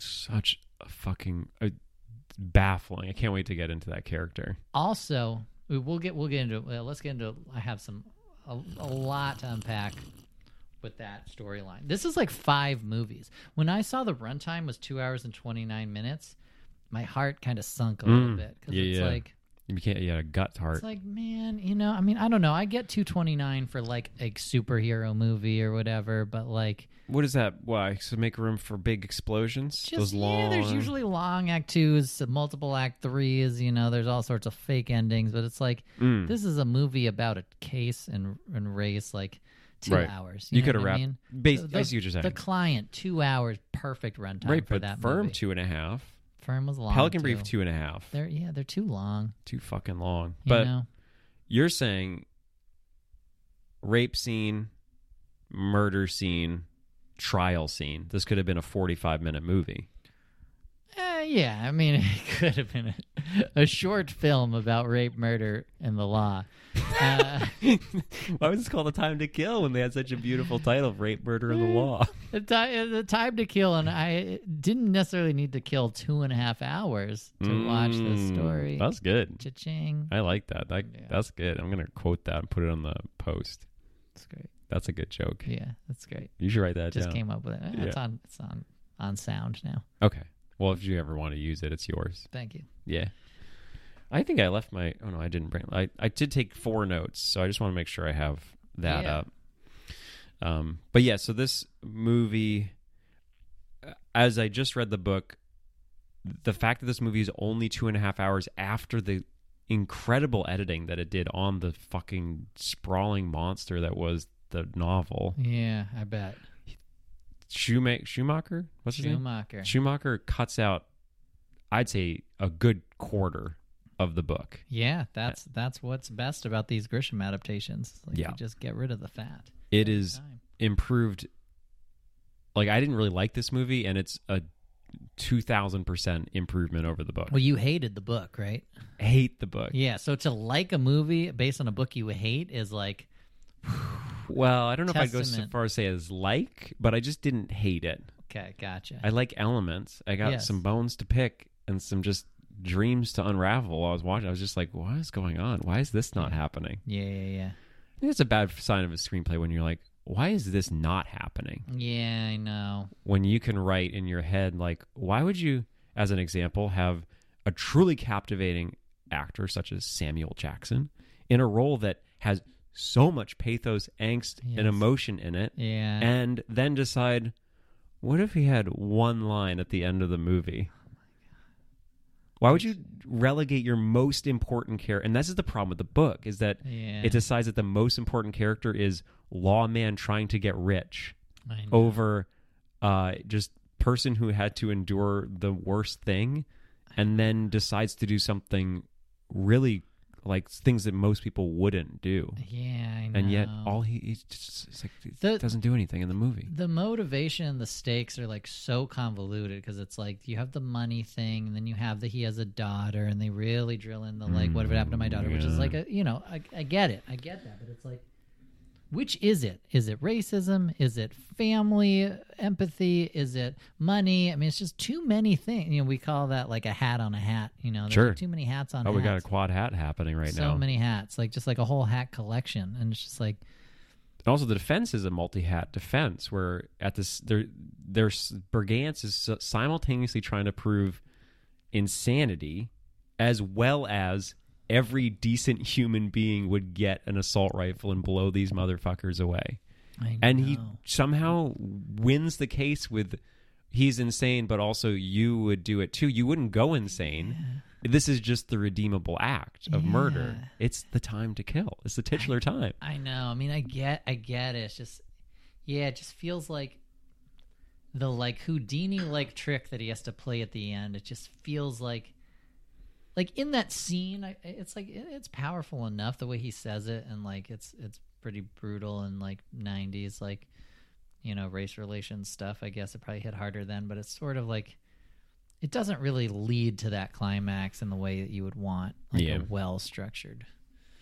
[SPEAKER 1] Such a fucking uh, baffling. I can't wait to get into that character.
[SPEAKER 2] Also, we- we'll get we'll get into it. Well, let's get into. I have some a, a lot to unpack with that storyline. This is like five movies. When I saw the runtime was two hours and twenty nine minutes, my heart kind of sunk a
[SPEAKER 1] Mm.
[SPEAKER 2] little bit because
[SPEAKER 1] Yeah,
[SPEAKER 2] it's
[SPEAKER 1] yeah.
[SPEAKER 2] like
[SPEAKER 1] You can't. You had a gut heart.
[SPEAKER 2] It's like, man, you know, I mean, I don't know. I get 229 for like a superhero movie or whatever, but like,
[SPEAKER 1] what is that? Why? So make room for big explosions.
[SPEAKER 2] just,
[SPEAKER 1] Those
[SPEAKER 2] yeah,
[SPEAKER 1] long.
[SPEAKER 2] there's usually long act twos, multiple act threes, you know, there's all sorts of fake endings, but it's like,
[SPEAKER 1] Mm.
[SPEAKER 2] this is a movie about a case and, and race, like two
[SPEAKER 1] Right.
[SPEAKER 2] hours.
[SPEAKER 1] you
[SPEAKER 2] know
[SPEAKER 1] could have
[SPEAKER 2] what I
[SPEAKER 1] wrapped.
[SPEAKER 2] mean?
[SPEAKER 1] bas-
[SPEAKER 2] So
[SPEAKER 1] I see what you're saying.
[SPEAKER 2] The client, two hours, perfect runtime
[SPEAKER 1] right,
[SPEAKER 2] for
[SPEAKER 1] but
[SPEAKER 2] that
[SPEAKER 1] firm
[SPEAKER 2] movie.
[SPEAKER 1] two and a half.
[SPEAKER 2] firm was long.
[SPEAKER 1] Pelican
[SPEAKER 2] too.
[SPEAKER 1] Brief two and a half.
[SPEAKER 2] They're, yeah, they're too long.
[SPEAKER 1] Too fucking long.
[SPEAKER 2] You
[SPEAKER 1] but
[SPEAKER 2] know?
[SPEAKER 1] you're saying rape scene, murder scene, trial scene. This could have been a 45 minute movie.
[SPEAKER 2] Eh, yeah, I mean, [LAUGHS] it could have been a, a short film about rape, murder, and
[SPEAKER 1] [LAUGHS]
[SPEAKER 2] the law. Uh,
[SPEAKER 1] [LAUGHS] Why was this called The Time to Kill when they had such a beautiful title, Rape, Murder,
[SPEAKER 2] Mm.
[SPEAKER 1] and the Law?
[SPEAKER 2] the, ti- the time to kill, and I didn't necessarily need to kill two and a half hours [LAUGHS] to watch this
[SPEAKER 1] Mm,
[SPEAKER 2] story.
[SPEAKER 1] That's good.
[SPEAKER 2] Cha-ching.
[SPEAKER 1] I like that. That
[SPEAKER 2] Yeah.
[SPEAKER 1] That's good. I'm going to quote that and put it on the post.
[SPEAKER 2] That's great.
[SPEAKER 1] That's a good joke.
[SPEAKER 2] Yeah, that's great.
[SPEAKER 1] You should write that
[SPEAKER 2] Just
[SPEAKER 1] down.
[SPEAKER 2] came up with it. Eh, It's
[SPEAKER 1] Yeah.
[SPEAKER 2] on. It's on. On sound now.
[SPEAKER 1] okay. Well, if you ever want to use it, it's yours.
[SPEAKER 2] Thank you.
[SPEAKER 1] Yeah. I think I left my. Oh no, I didn't bring. I I did take four notes, so I just want to make sure I have that
[SPEAKER 2] Yeah.
[SPEAKER 1] up. Um, but yeah, so this movie, uh, as I just read the book, the fact that this movie is only two and a half hours after the incredible editing that it did on the fucking sprawling monster that was the novel
[SPEAKER 2] Yeah, I bet.
[SPEAKER 1] Schuma- Schumacher. What's his name?
[SPEAKER 2] Schumacher.
[SPEAKER 1] Schumacher cuts out, I'd say, a good quarter of the book.
[SPEAKER 2] Yeah, that's that's what's best about these Grisham adaptations. It's Like
[SPEAKER 1] Yeah.
[SPEAKER 2] you just get rid of the fat.
[SPEAKER 1] It
[SPEAKER 2] every
[SPEAKER 1] is
[SPEAKER 2] time.
[SPEAKER 1] improved. Like I didn't really like this movie, and it's a two thousand percent improvement over the book.
[SPEAKER 2] Well, you hated the book, right?
[SPEAKER 1] I hate the book.
[SPEAKER 2] Yeah. So to like a movie based on a book you hate is like,
[SPEAKER 1] Well, I don't know if I'd go so
[SPEAKER 2] Testament.
[SPEAKER 1] far as say as like, but I just didn't hate it.
[SPEAKER 2] okay, gotcha.
[SPEAKER 1] I like elements. I got
[SPEAKER 2] Yes.
[SPEAKER 1] some bones to pick and some just dreams to unravel. While I was watching. I was just like, what is going on? Why is this not happening?
[SPEAKER 2] yeah, yeah,
[SPEAKER 1] I think it's a bad sign of a screenplay when you're like, why is this not happening?
[SPEAKER 2] yeah. Yeah, I know.
[SPEAKER 1] when you can write in your head like why would you as an example have a truly captivating actor such as Samuel Jackson in a role that has so much pathos, angst
[SPEAKER 2] Yes.
[SPEAKER 1] and emotion in it
[SPEAKER 2] Yeah.
[SPEAKER 1] and then decide what if he had one line at the end of the
[SPEAKER 2] Oh
[SPEAKER 1] movie? Why would you relegate your most important character? And this is the problem with the book is that
[SPEAKER 2] yeah.
[SPEAKER 1] it decides that the most important character is lawman trying to get rich
[SPEAKER 2] I know.
[SPEAKER 1] over uh, just person who had to endure the worst thing and then decides to do something really like things that most people wouldn't do
[SPEAKER 2] Yeah, I know.
[SPEAKER 1] and yet all he he's just it's like it
[SPEAKER 2] The-
[SPEAKER 1] doesn't do anything in the movie
[SPEAKER 2] the motivation and the stakes are like so convoluted because it's like you have the money thing and then you have the he has a daughter and they really drill in the like what if it happened to my daughter which
[SPEAKER 1] Mm,
[SPEAKER 2] is
[SPEAKER 1] yeah.
[SPEAKER 2] like a you know I, I get it i get that but it's like which is it is it racism is it family empathy is it money i mean it's just too many things you know we call that like a hat on a hat you know there's
[SPEAKER 1] Sure.
[SPEAKER 2] like, too many hats on
[SPEAKER 1] oh we got a
[SPEAKER 2] hats.
[SPEAKER 1] quad hat happening right
[SPEAKER 2] so
[SPEAKER 1] now
[SPEAKER 2] many hats like just like a whole hat collection and it's just like
[SPEAKER 1] and also the defense is a multi-hat defense where at this there there's Bergance is si- simultaneously trying to prove insanity as well as every decent human being would get an assault rifle and blow these motherfuckers away
[SPEAKER 2] I
[SPEAKER 1] and he
[SPEAKER 2] know.
[SPEAKER 1] somehow wins the case with he's insane but also you would do it too you wouldn't go insane this is just the redeemable act of murder it's the time to kill it's the titular time
[SPEAKER 2] I know. I mean, I get, I get it. It's just, yeah, it just feels like the like Houdini like trick that he has to play at the end. It just feels like, like in that scene, I, it's like it, it's powerful enough the way he says it, and like it's it's pretty brutal and like '90s like you know race relations stuff. I guess it probably hit harder then, but it's sort of like. It doesn't really lead to that climax in the way that you would want, like
[SPEAKER 1] Yeah.
[SPEAKER 2] a well structured.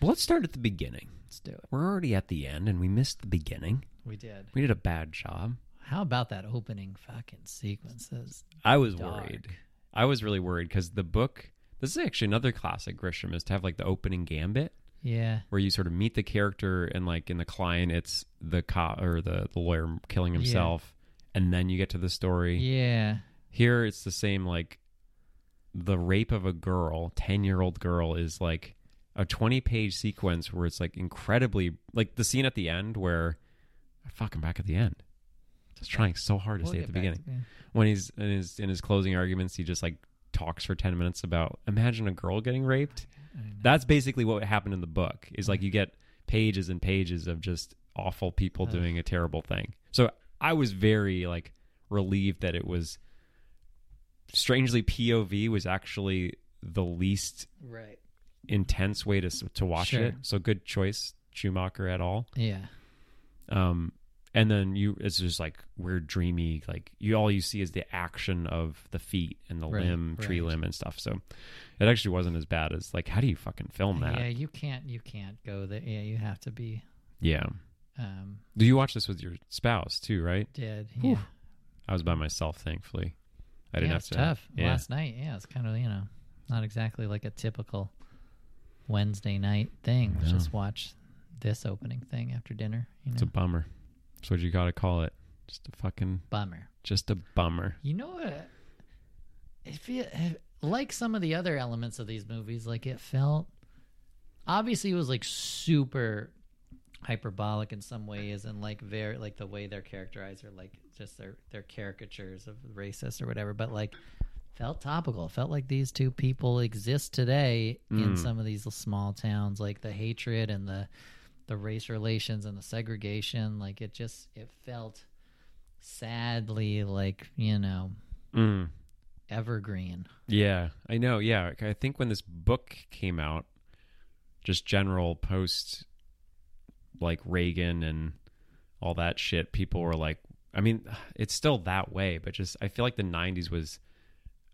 [SPEAKER 1] well, let's start at the beginning
[SPEAKER 2] Let's do it.
[SPEAKER 1] we're already at the end and we missed the beginning
[SPEAKER 2] We did.
[SPEAKER 1] we did a bad job
[SPEAKER 2] How about that opening fucking sequences?
[SPEAKER 1] i was
[SPEAKER 2] Dark.
[SPEAKER 1] worried i was really worried because the book this is actually another classic grisham is to have like the opening gambit
[SPEAKER 2] Yeah.
[SPEAKER 1] where you sort of meet the character and like in the client it's the cop or the, the lawyer killing
[SPEAKER 2] Yeah.
[SPEAKER 1] himself and then you get to the story
[SPEAKER 2] Yeah.
[SPEAKER 1] here it's the same like the rape of a girl, 10 year old girl, is like a 20 page sequence where it's like incredibly, like the scene at the end where, fuck, I'm back at the end. Just trying so hard to
[SPEAKER 2] We'll
[SPEAKER 1] stay
[SPEAKER 2] get
[SPEAKER 1] at the
[SPEAKER 2] back
[SPEAKER 1] beginning.
[SPEAKER 2] to- yeah.
[SPEAKER 1] When he's in his, in his closing arguments, he just like talks for 10 minutes about imagine a girl getting raped.
[SPEAKER 2] I don't know.
[SPEAKER 1] That's basically what happened in the book. Is like you get pages and pages of just awful people
[SPEAKER 2] Ugh.
[SPEAKER 1] doing a terrible thing. So I was very like relieved that it was strangely POV was actually the least
[SPEAKER 2] right.
[SPEAKER 1] intense way to s- to watch
[SPEAKER 2] Sure.
[SPEAKER 1] it. So good choice Schumacher at all.
[SPEAKER 2] Yeah.
[SPEAKER 1] Um and then you it's just like weird dreamy like you all you see is the action of the feet and the
[SPEAKER 2] Right,
[SPEAKER 1] limb tree
[SPEAKER 2] right.
[SPEAKER 1] limb and stuff. So it actually wasn't as bad as like how do you fucking film that?
[SPEAKER 2] Yeah, you can't you can't go there. Yeah, you have to be
[SPEAKER 1] yeah.
[SPEAKER 2] um
[SPEAKER 1] Do you watch this with your spouse too, right?
[SPEAKER 2] dead.
[SPEAKER 1] Oof.
[SPEAKER 2] Yeah.
[SPEAKER 1] I was by myself, thankfully. I
[SPEAKER 2] yeah,
[SPEAKER 1] didn't have
[SPEAKER 2] it's
[SPEAKER 1] to.
[SPEAKER 2] tough.
[SPEAKER 1] Yeah.
[SPEAKER 2] Last night, yeah, it's kind of, you know, not exactly like a typical Wednesday night thing.
[SPEAKER 1] No.
[SPEAKER 2] Just watch this opening thing after dinner, you know.
[SPEAKER 1] It's a bummer. That's what you got to call it. Just a fucking,
[SPEAKER 2] bummer.
[SPEAKER 1] just a bummer.
[SPEAKER 2] You know what? It feel eh, like some of the other elements of these movies, like it felt obviously it was like super hyperbolic in some ways, and like very like the way they're characterized or like just their their caricatures of racist or whatever. But like felt topical. Felt like these two people exist today in
[SPEAKER 1] Mm.
[SPEAKER 2] some of these small towns, like the hatred and the the race relations and the segregation. Like it just it felt sadly like you know
[SPEAKER 1] Mm.
[SPEAKER 2] evergreen
[SPEAKER 1] Yeah, I know. Yeah. I think when this book came out, just general post like Reagan and all that shit, people were like, I mean, it's still that way, but just I feel like the 90s was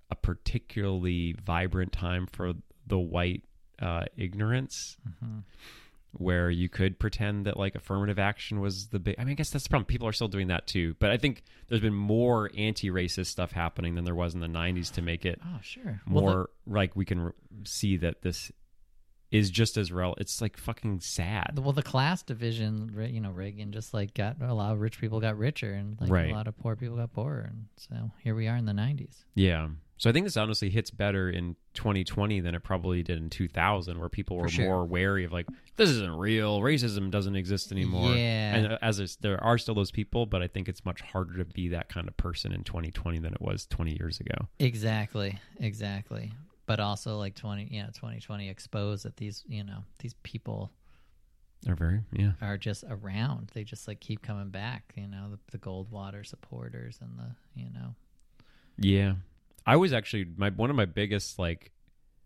[SPEAKER 1] a particularly vibrant time for the white uh, ignorance.
[SPEAKER 2] mm-hmm.
[SPEAKER 1] where you could pretend that like affirmative action was the big. I mean, I guess that's the problem. People are still doing that too, but I think there's been more anti-racist stuff happening than there was in the '90s to make it
[SPEAKER 2] oh sure
[SPEAKER 1] more
[SPEAKER 2] well,
[SPEAKER 1] like we can re- see that this is just as real. It's like fucking sad.
[SPEAKER 2] the, well the class division re- you know reagan just like got a lot of rich people got richer and like
[SPEAKER 1] Right.
[SPEAKER 2] a lot of poor people got poorer and so here we are in the 90s
[SPEAKER 1] Yeah. So I think this honestly hits better in 2020 than it probably did in 2000, where people
[SPEAKER 2] For
[SPEAKER 1] were
[SPEAKER 2] sure.
[SPEAKER 1] more wary of like this isn't real, racism doesn't exist anymore.
[SPEAKER 2] Yeah.
[SPEAKER 1] And uh, as is, there are still those people, but I think it's much harder to be that kind of person in 2020 than it was 20 years ago.
[SPEAKER 2] exactly exactly but also like 20 you know 2020 exposed that these you know these people
[SPEAKER 1] They're very yeah.
[SPEAKER 2] are just around they just like keep coming back you know the, the goldwater supporters and the you know
[SPEAKER 1] Yeah. I was actually my one of my biggest like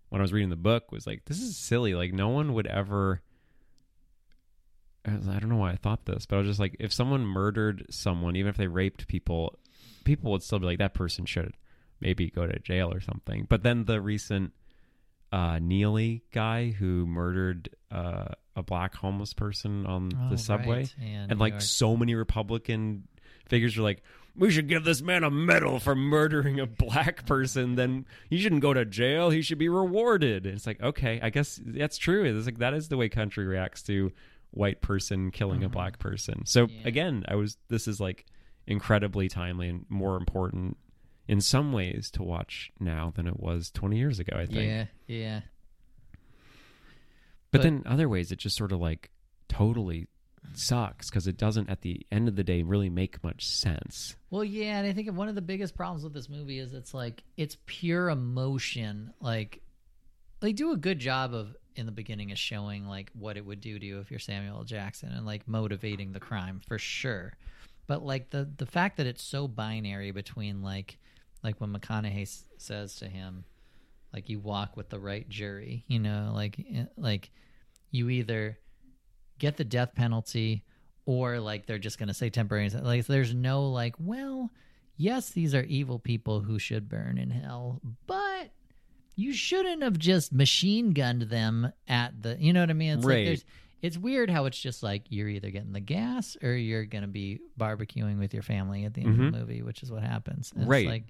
[SPEAKER 1] when I was reading the book was like this is silly like no one would ever I was- I don't know why I thought this but I was just like if someone murdered someone even if they raped people people would still be like that person should maybe go to jail or something but then the recent uh Neely guy who murdered uh, a black homeless person on
[SPEAKER 2] Oh,
[SPEAKER 1] the subway
[SPEAKER 2] right. yeah,
[SPEAKER 1] and
[SPEAKER 2] New
[SPEAKER 1] like
[SPEAKER 2] York.
[SPEAKER 1] so many Republican figures were like, "We should give this man a medal for murdering a black person. Then he shouldn't go to jail. He should be rewarded." And it's like, okay, I guess that's true. It's like that is the way country reacts to white person killing a
[SPEAKER 2] Mhm.
[SPEAKER 1] black person. So
[SPEAKER 2] Yeah.
[SPEAKER 1] again, I was this is like incredibly timely and more important in some ways to watch now than it was 20 years ago. I think.
[SPEAKER 2] yeah yeah
[SPEAKER 1] But,
[SPEAKER 2] But-
[SPEAKER 1] then other ways, it just sort of like totally sucks because it doesn't, at the end of the day, really make much sense.
[SPEAKER 2] Well, yeah, and I think one of the biggest problems with this movie is it's like it's pure emotion. Like they do a good job of in the beginning of showing like what it would do to you if you're Samuel L. Jackson and like motivating the crime for sure. But like the the fact that it's so binary between like like when McConaughey s- says to him like you walk with the right jury, you know, like eh, like you either get the death penalty or like they're just going to say temporary like there's no like well yes these are evil people who should burn in hell but you shouldn't have just machine gunned them at the you know what i mean it's
[SPEAKER 1] Right.
[SPEAKER 2] like there's it's weird how it's just like you're either getting the gas or you're going to be barbecuing with your family at the end of
[SPEAKER 1] Mhm.
[SPEAKER 2] the movie which is what happens And it's
[SPEAKER 1] Right.
[SPEAKER 2] like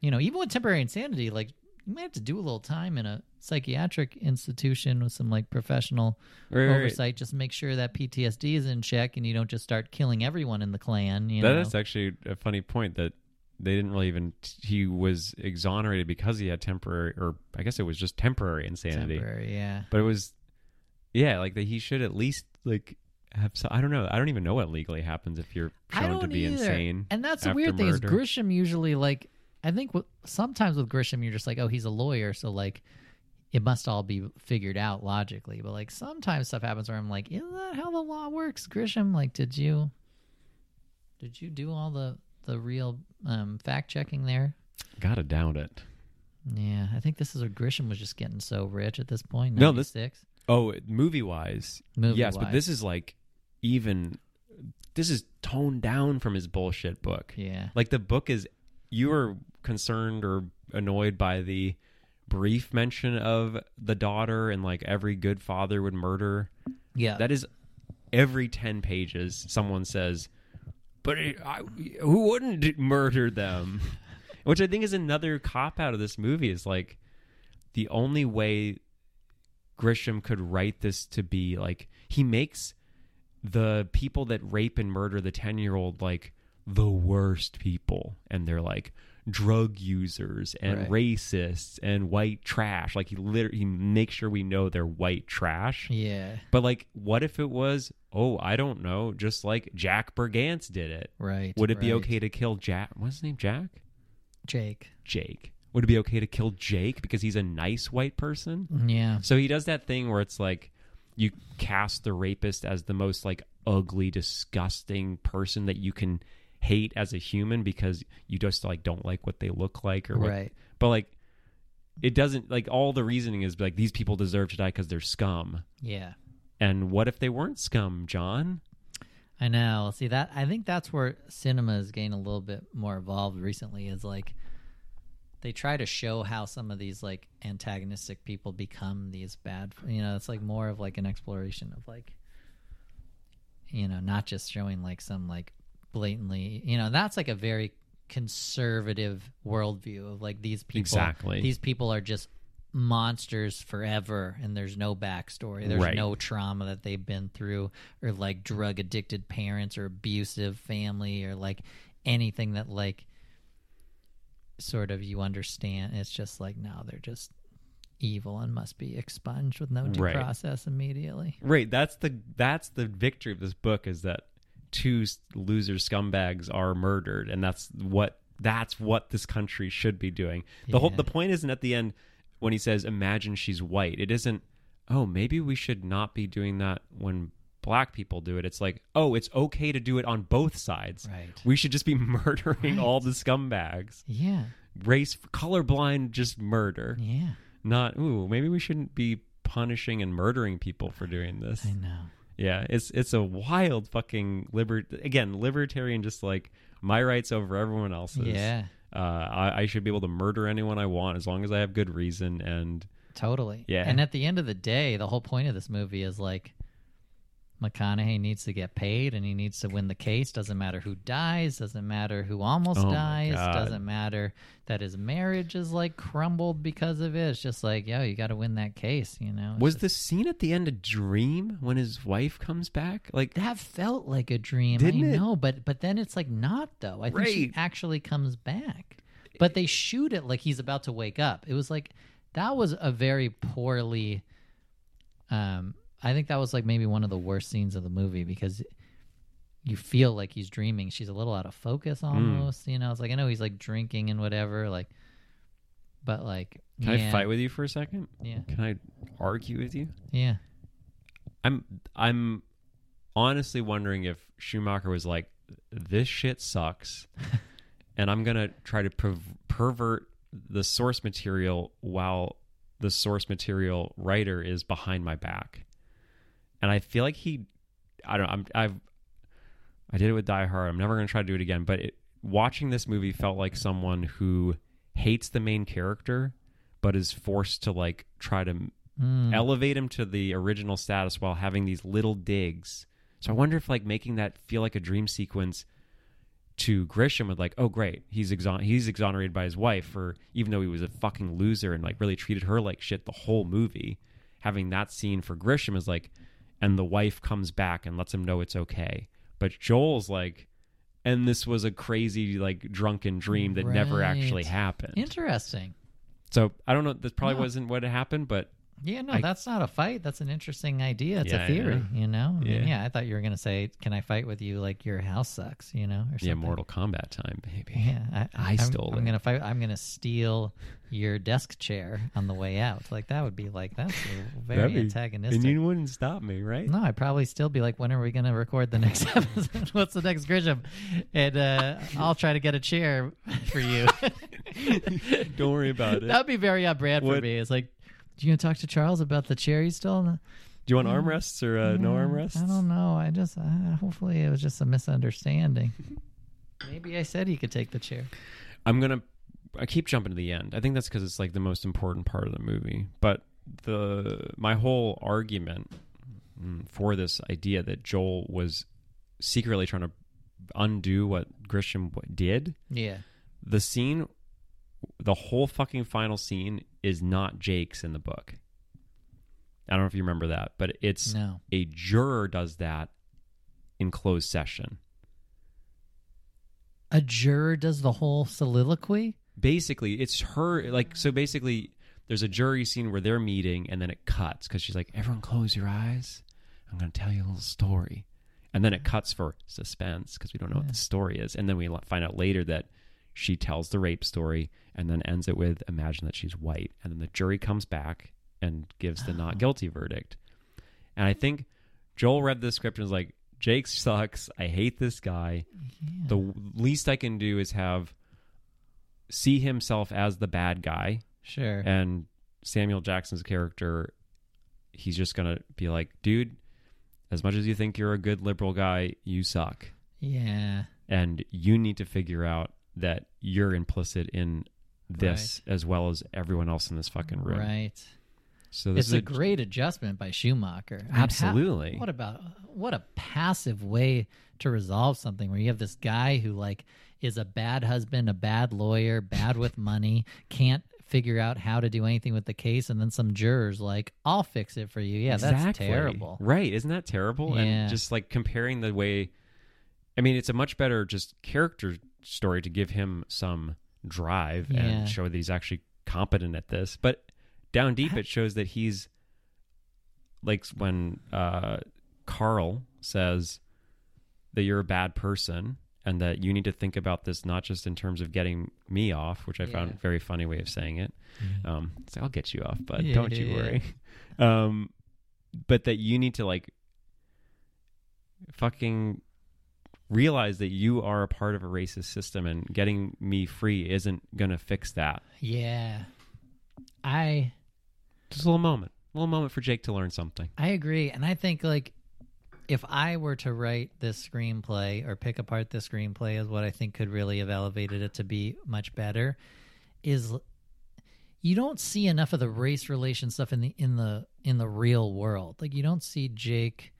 [SPEAKER 2] you know even with temporary insanity like you might have to do a little time in a psychiatric institution with some like professional
[SPEAKER 1] Right, right, right.
[SPEAKER 2] oversight. Just make sure that PTSD is in check, and you don't just start killing everyone in the clan. You
[SPEAKER 1] That
[SPEAKER 2] know?
[SPEAKER 1] is actually a funny point that they didn't really even he was exonerated because he had temporary or I guess it was just temporary insanity.
[SPEAKER 2] Temporary, yeah.
[SPEAKER 1] But it was yeah, like that he should at least like have so I don't know. I don't even know what legally happens if you're
[SPEAKER 2] I
[SPEAKER 1] shown
[SPEAKER 2] don't
[SPEAKER 1] to be
[SPEAKER 2] either.
[SPEAKER 1] insane.
[SPEAKER 2] And that's the
[SPEAKER 1] after
[SPEAKER 2] weird thing is
[SPEAKER 1] murder.
[SPEAKER 2] Grisham usually like I think w- sometimes with Grisham you're just like oh he's a lawyer so like it must all be figured out logically but like sometimes stuff happens where I'm like is that how the law works Grisham like did you did you do all the the real um, fact checking there
[SPEAKER 1] Gotta doubt it.
[SPEAKER 2] yeah I think this is where Grisham was just getting so rich at this point
[SPEAKER 1] No, this-
[SPEAKER 2] 96.
[SPEAKER 1] Oh, movie wise,
[SPEAKER 2] Movie
[SPEAKER 1] yes, but
[SPEAKER 2] wise.
[SPEAKER 1] this is like even this is toned down from his bullshit book.
[SPEAKER 2] yeah
[SPEAKER 1] Like the book is you were concerned or annoyed by the brief mention of the daughter and like every good father would murder.
[SPEAKER 2] yeah
[SPEAKER 1] That is every 10 pages someone says, "But it, I, who wouldn't d- murder them?" [LAUGHS] Which I think is another cop out of this movie is like the only way Grisham could write this to be like he makes the people that rape and murder the 10 year old like the worst people and they're like drug users and
[SPEAKER 2] Right.
[SPEAKER 1] racists and white trash like he literally he makes sure we know they're white trash
[SPEAKER 2] yeah
[SPEAKER 1] but like what if it was oh i don't know just like jack bergance did it
[SPEAKER 2] right
[SPEAKER 1] would it be
[SPEAKER 2] right.
[SPEAKER 1] okay to kill jack what's his name jack
[SPEAKER 2] Jake
[SPEAKER 1] jake would it be okay to kill jake because he's a nice white person
[SPEAKER 2] yeah
[SPEAKER 1] so he does that thing where it's like you cast the rapist as the most like ugly, disgusting person that you can hate as a human because you just like don't like what they look like or what.
[SPEAKER 2] right
[SPEAKER 1] But like it doesn't like all the reasoning is like these people deserve to die because they're scum.
[SPEAKER 2] yeah
[SPEAKER 1] And what if they weren't scum, John?
[SPEAKER 2] I know. See that I think that's where cinema is getting a little bit more evolved recently is like they try to show how some of these like antagonistic people become these bad you know, it's like more of like an exploration of like you know, not just showing like some like blatantly you know, that's like a very conservative worldview of like these people
[SPEAKER 1] Exactly.
[SPEAKER 2] these people are just monsters forever and there's no backstory there's
[SPEAKER 1] Right.
[SPEAKER 2] no trauma that they've been through or like drug addicted parents or abusive family or like anything that like sort of you understand it's just like no they're just evil and must be expunged with no due
[SPEAKER 1] Right.
[SPEAKER 2] process immediately
[SPEAKER 1] Right. That's the that's the victory of this book is that two s- loser scumbags are murdered, and that's what that's what this country should be doing. The whole
[SPEAKER 2] Yeah.
[SPEAKER 1] the point isn't at the end when he says, "Imagine she's white." It isn't. Oh, maybe we should not be doing that when black people do it. It's like, oh, it's okay to do it on both sides.
[SPEAKER 2] Right.
[SPEAKER 1] We should just be [LAUGHS] murdering all the scumbags.
[SPEAKER 2] yeah
[SPEAKER 1] Race, colorblind, just murder.
[SPEAKER 2] yeah
[SPEAKER 1] Not. Ooh, maybe we shouldn't be punishing and murdering people for doing this.
[SPEAKER 2] i know
[SPEAKER 1] Yeah, it's it's a wild fucking liber again libertarian just like my rights over everyone else's.
[SPEAKER 2] yeah
[SPEAKER 1] uh, I, I should be able to murder anyone I want as long as I have good reason. And
[SPEAKER 2] Totally.
[SPEAKER 1] Yeah.
[SPEAKER 2] And at the end of the day, the whole point of this movie is like McConaughey needs to get paid and he needs to win the case. Doesn't matter who dies, doesn't matter who almost
[SPEAKER 1] Oh my
[SPEAKER 2] dies,
[SPEAKER 1] God.
[SPEAKER 2] doesn't matter that his marriage is like crumbled because of it. It's just like, yo, you got to win that case, you know? It's
[SPEAKER 1] was
[SPEAKER 2] just-
[SPEAKER 1] the scene at the end a dream when his wife comes back? Like
[SPEAKER 2] that felt like a dream.
[SPEAKER 1] Didn't
[SPEAKER 2] I
[SPEAKER 1] it?
[SPEAKER 2] know, but but then it's like not though. I think she
[SPEAKER 1] Right.
[SPEAKER 2] actually comes back. But they shoot it like he's about to wake up. It was like that was a very poorly um I think that was like maybe one of the worst scenes of the movie because you feel like he's dreaming. She's a little out of focus
[SPEAKER 1] Hmm.
[SPEAKER 2] almost, you know. It's like I know he's like drinking and whatever like but like
[SPEAKER 1] can
[SPEAKER 2] yeah,
[SPEAKER 1] I fight with you for a second?
[SPEAKER 2] Yeah.
[SPEAKER 1] Can I argue with you?
[SPEAKER 2] Yeah.
[SPEAKER 1] I'm I'm honestly wondering if Schumacher was like, "This shit sucks," and I'm gonna try to perv- pervert the source material while the source material writer is behind my back. And I feel like he, I don't, I'm, I've, I did it with Die Hard. I'm never gonna try to do it again. But it, watching this movie felt like someone who hates the main character, but is forced to like try to
[SPEAKER 2] Mm.
[SPEAKER 1] elevate him to the original status while having these little digs. So I wonder if like making that feel like a dream sequence to Grisham would like, oh great, he's exon- he's exonerated by his wife for even though he was a fucking loser and like really treated her like shit the whole movie. Having that scene for Grisham is like, and the wife comes back and lets him know it's okay. But Joel's like, and this was a crazy like drunken dream that never actually
[SPEAKER 2] Right.
[SPEAKER 1] happened.
[SPEAKER 2] Interesting.
[SPEAKER 1] so I don't know. This probably
[SPEAKER 2] No.
[SPEAKER 1] wasn't what happened, but
[SPEAKER 2] Yeah, no,
[SPEAKER 1] I-
[SPEAKER 2] that's not a fight. That's an interesting idea. It's
[SPEAKER 1] Yeah, I
[SPEAKER 2] a theory,
[SPEAKER 1] know.
[SPEAKER 2] you know? I mean,
[SPEAKER 1] Yeah.
[SPEAKER 2] yeah, I thought you were going to say, can I fight with you like your house sucks, you know? Or something.
[SPEAKER 1] yeah, Mortal Kombat time, baby.
[SPEAKER 2] Yeah, I,
[SPEAKER 1] [LAUGHS] I
[SPEAKER 2] I'm-
[SPEAKER 1] stole
[SPEAKER 2] I'm
[SPEAKER 1] it.
[SPEAKER 2] gonna fight. I'm gonna steal your desk chair on the way out. Like that would be like that's a very
[SPEAKER 1] [LAUGHS] That'd be-
[SPEAKER 2] antagonistic.
[SPEAKER 1] And you wouldn't stop me, right?
[SPEAKER 2] no, I'd probably still be like, when are we gonna record the next [LAUGHS] episode? What's the next Grisham? And uh, I'll try to get a chair [LAUGHS]
[SPEAKER 1] [LAUGHS]
[SPEAKER 2] for you.
[SPEAKER 1] [LAUGHS] Don't worry about it.
[SPEAKER 2] That'd be very on brand for
[SPEAKER 1] What-
[SPEAKER 2] me. It's like, do you gonna talk to Charles about the chair you stole?
[SPEAKER 1] Do you want arm rests or uh, no arm rests?
[SPEAKER 2] Mm, I don't know. I just uh, [LAUGHS] hopefully it was just a misunderstanding. Maybe I said he could take the chair.
[SPEAKER 1] I'm gonna. I keep jumping to the end. I think that's because it's like the most important part of the movie. But the my whole argument mm, for this idea that Joel was secretly trying to undo what Grisham w- did.
[SPEAKER 2] Yeah.
[SPEAKER 1] The scene, the whole fucking final scene is not Jake's in the book. I don't know if you remember that, but it's
[SPEAKER 2] No.
[SPEAKER 1] a juror does that in closed session.
[SPEAKER 2] A juror does the whole soliloquy.
[SPEAKER 1] basically it's her like so basically there's a jury scene where they're meeting and then it cuts because she's like everyone close your eyes i'm going to tell you a little story and then it cuts for suspense because we don't know what the story is and then we l- find out later that she tells the rape story and then ends it with imagine that she's white and then the jury comes back and gives the not guilty verdict and i think joel read this script and was like jake sucks i hate this guy the w- least i can do is have see himself as the bad guy
[SPEAKER 2] Sure.
[SPEAKER 1] and Samuel Jackson's character he's just going to be like dude as much as you think you're a good liberal guy you suck
[SPEAKER 2] Yeah.
[SPEAKER 1] and you need to figure out that you're implicit in this as well as everyone else in this fucking room
[SPEAKER 2] Right.
[SPEAKER 1] so this
[SPEAKER 2] It's
[SPEAKER 1] is
[SPEAKER 2] a, great adjustment by Schumacher. I mean, how-
[SPEAKER 1] Absolutely.
[SPEAKER 2] what about what a passive way to resolve something where you have this guy who like is a bad husband, a bad lawyer, bad with money, can't figure out how to do anything with the case, and then some jurors like, I'll fix it for you. Yeah, that's
[SPEAKER 1] Exactly.
[SPEAKER 2] terrible.
[SPEAKER 1] Right. Isn't that terrible?
[SPEAKER 2] Yeah.
[SPEAKER 1] And just like comparing the way I mean, it's a much better just character story to give him some drive
[SPEAKER 2] Yeah.
[SPEAKER 1] and show that he's actually competent at this. But down deep it shows that he's like when uh Carl says that you're a bad person and that you need to think about this not just in terms of getting me off, which I found
[SPEAKER 2] Yeah.
[SPEAKER 1] a very funny way of saying it. Um, so I'll get you off, but
[SPEAKER 2] Yeah,
[SPEAKER 1] don't
[SPEAKER 2] yeah,
[SPEAKER 1] you
[SPEAKER 2] yeah.
[SPEAKER 1] worry. [LAUGHS] Um, but that you need to like fucking realize that you are a part of a racist system and getting me free isn't gonna fix that.
[SPEAKER 2] Yeah. I
[SPEAKER 1] Just a little moment. A little moment for Jake to learn something.
[SPEAKER 2] I agree, and I think like if I were to write this screenplay or pick apart the screenplay is what I think could really have elevated it to be much better is you don't see enough of the race relation stuff in the in the in the real world. Like you don't see Jake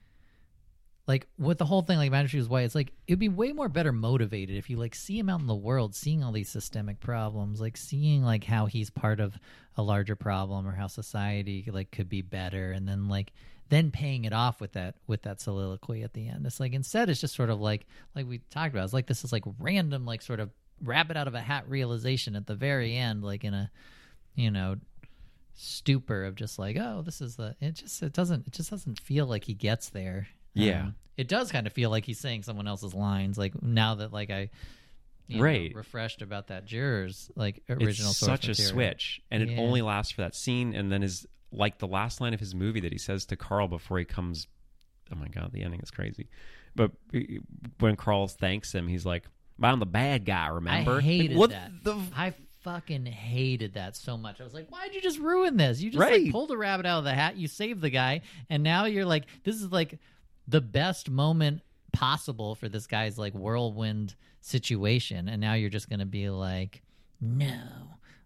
[SPEAKER 2] like with the whole thing like imagine if she was white it's like it'd be way more better motivated if you like see him out in the world seeing all these systemic problems like seeing like how he's part of a larger problem or how society like could be better and then like then paying it off with that with that soliloquy at the end it's like instead it's just sort of like like we talked about it's like this is like random like sort of rabbit out of a hat realization at the very end like in a you know stupor of just like oh this is the it just it doesn't it just doesn't feel like he gets there Um,
[SPEAKER 1] Yeah.
[SPEAKER 2] it does kind of feel like he's saying someone else's lines like now that like i you know,
[SPEAKER 1] Right.
[SPEAKER 2] refreshed about that jurors like original
[SPEAKER 1] it's
[SPEAKER 2] source
[SPEAKER 1] such a
[SPEAKER 2] material.
[SPEAKER 1] switch and it
[SPEAKER 2] Yeah.
[SPEAKER 1] only lasts for that scene and then is like the last line of his movie that he says to carl before he comes oh my god the ending is crazy but he- when carl thanks him he's like i'm the bad guy remember
[SPEAKER 2] I hated
[SPEAKER 1] Like, what
[SPEAKER 2] that.
[SPEAKER 1] the f-
[SPEAKER 2] I fucking hated that so much. I was like, why'd you just ruin this? You just like
[SPEAKER 1] Right.
[SPEAKER 2] pulled a rabbit out of the hat, you saved the guy, and now you're like, this is like the best moment possible for this guy's like whirlwind situation, and now you're just gonna be like, no,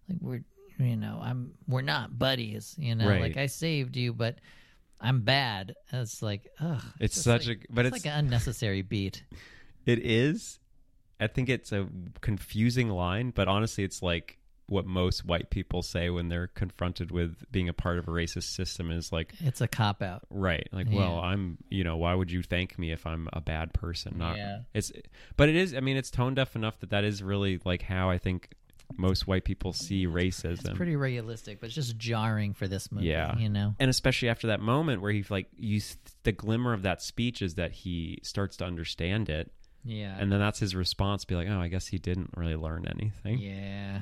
[SPEAKER 2] like we're you know I'm we're not buddies, you know,
[SPEAKER 1] Right.
[SPEAKER 2] like I saved you, but. I'm bad. It's like, ugh.
[SPEAKER 1] it's
[SPEAKER 2] just
[SPEAKER 1] such
[SPEAKER 2] like-
[SPEAKER 1] a but
[SPEAKER 2] it's,
[SPEAKER 1] it's,
[SPEAKER 2] like an unnecessary beat.
[SPEAKER 1] it is i think it's a confusing line but honestly it's like what most white people say when they're confronted with being a part of a racist system is like
[SPEAKER 2] It's a cop out.
[SPEAKER 1] right like
[SPEAKER 2] Yeah.
[SPEAKER 1] well i'm you know why would you thank me if i'm a bad person not
[SPEAKER 2] Yeah.
[SPEAKER 1] it's but it is i mean it's tone deaf enough that that is really like how i think most white people see racism
[SPEAKER 2] It's pretty realistic, but it's just jarring for this movie.
[SPEAKER 1] Yeah.
[SPEAKER 2] You know?
[SPEAKER 1] and especially after that moment where he like you the glimmer of that speech is that he starts to understand it
[SPEAKER 2] Yeah.
[SPEAKER 1] and then that's his response be like oh i guess he didn't really learn anything
[SPEAKER 2] yeah.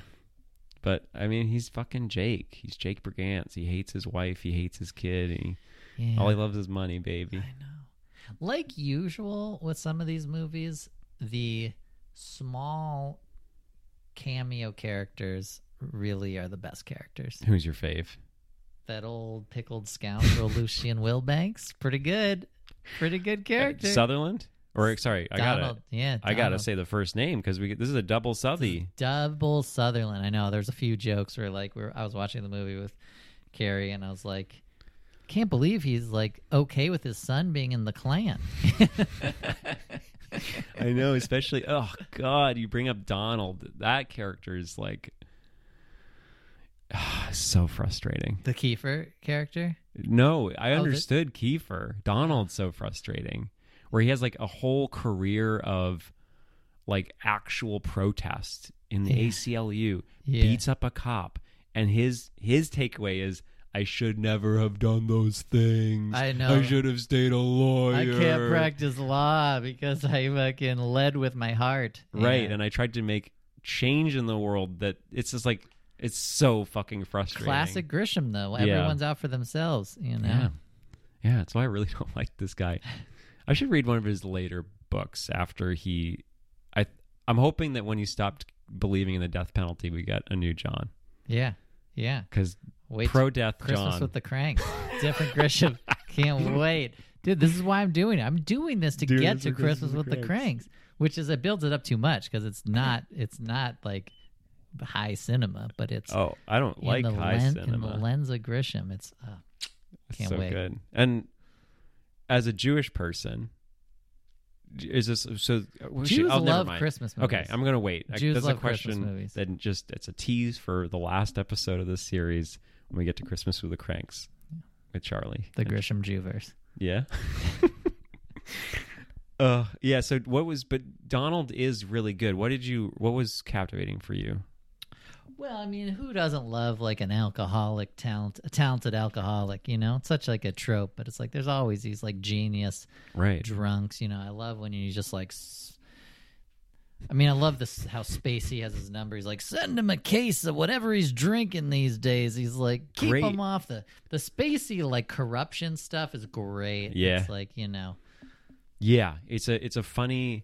[SPEAKER 1] but i mean he's fucking jake he's jake brigance he hates his wife he hates his kid and he,
[SPEAKER 2] Yeah.
[SPEAKER 1] all he loves is money baby
[SPEAKER 2] I know. Like usual with some of these movies, the small cameo characters really are the best characters.
[SPEAKER 1] who's your fave
[SPEAKER 2] That old pickled
[SPEAKER 1] [LAUGHS]
[SPEAKER 2] scoundrel Lucian Wilbanks, pretty good, pretty good character.
[SPEAKER 1] sutherland or sorry i gotta
[SPEAKER 2] Donald- yeah,
[SPEAKER 1] i gotta
[SPEAKER 2] Donald.
[SPEAKER 1] say the first name because we this is a double southie
[SPEAKER 2] double Sutherland. I know there's a few jokes where like we were, I was watching the movie with Carrie and I was like, can't believe he's like okay with his son being in
[SPEAKER 1] [LAUGHS]
[SPEAKER 2] the clan.
[SPEAKER 1] i know especially oh god you bring up donald that character is like [SIGHS] so frustrating
[SPEAKER 2] the Kiefer character.
[SPEAKER 1] No, I
[SPEAKER 2] Oh, this-
[SPEAKER 1] understood Kiefer. Donald's so frustrating. Where he has like a whole career of like actual protest in the
[SPEAKER 2] Yeah.
[SPEAKER 1] ACLU,
[SPEAKER 2] Yeah.
[SPEAKER 1] beats up a cop, and his his takeaway is I should never have done those things.
[SPEAKER 2] I know.
[SPEAKER 1] I should have stayed a lawyer.
[SPEAKER 2] I can't practice law because I fucking led with my heart.
[SPEAKER 1] Right.
[SPEAKER 2] Yeah.
[SPEAKER 1] And I tried to make change in the world that it's just like it's so fucking frustrating.
[SPEAKER 2] Classic Grisham though.
[SPEAKER 1] Yeah.
[SPEAKER 2] Everyone's out for themselves, you know.
[SPEAKER 1] Yeah. Yeah, that's why I really [LAUGHS] don't like this guy. I should read one of his later books after he I I'm hoping that when he stopped believing in the death penalty we get a new John
[SPEAKER 2] Yeah. Yeah.
[SPEAKER 1] cuz
[SPEAKER 2] Wait
[SPEAKER 1] pro death
[SPEAKER 2] Christmas
[SPEAKER 1] John
[SPEAKER 2] with the crank. Different [LAUGHS] Grisham. Can't wait. Dude, this is why I'm doing it. I'm doing this to
[SPEAKER 1] Dude,
[SPEAKER 2] get
[SPEAKER 1] this
[SPEAKER 2] to
[SPEAKER 1] is
[SPEAKER 2] Christmas
[SPEAKER 1] Christmas
[SPEAKER 2] with the cranks, which is it builds it up too much because it's not it's not like high cinema, but it's
[SPEAKER 1] Oh, I don't
[SPEAKER 2] in
[SPEAKER 1] like
[SPEAKER 2] the
[SPEAKER 1] high
[SPEAKER 2] len- in the
[SPEAKER 1] cinema.
[SPEAKER 2] lens of Grisham. It's uh,
[SPEAKER 1] It's
[SPEAKER 2] can't
[SPEAKER 1] so
[SPEAKER 2] wait.
[SPEAKER 1] good. And as a Jewish person is this so well,
[SPEAKER 2] Jews
[SPEAKER 1] shit, oh, never
[SPEAKER 2] love
[SPEAKER 1] mind.
[SPEAKER 2] Christmas movies.
[SPEAKER 1] Okay, I'm gonna wait. I-
[SPEAKER 2] Jews
[SPEAKER 1] That's
[SPEAKER 2] love
[SPEAKER 1] a
[SPEAKER 2] Christmas
[SPEAKER 1] question
[SPEAKER 2] movies.
[SPEAKER 1] that just it's a tease for the last episode of this series when we get to Christmas with the Cranks with Charlie.
[SPEAKER 2] the
[SPEAKER 1] and
[SPEAKER 2] Grisham Jewverse.
[SPEAKER 1] Yeah. [LAUGHS] uh yeah, so what was but Donald is really good. What did you what was captivating for you?
[SPEAKER 2] Well, I mean, who doesn't love like an alcoholic talent, a talented alcoholic? You know, it's such like a trope, but it's like there's always these like genius
[SPEAKER 1] Right.
[SPEAKER 2] drunks. You know, I love when you just like. s- I mean, I love this how Spacey has his number. He's like, send him a case of whatever he's drinking these days. He's like, keep
[SPEAKER 1] Great.
[SPEAKER 2] him off the the Spacey like corruption stuff is great.
[SPEAKER 1] Yeah.
[SPEAKER 2] it's like you know,
[SPEAKER 1] Yeah, it's a it's a funny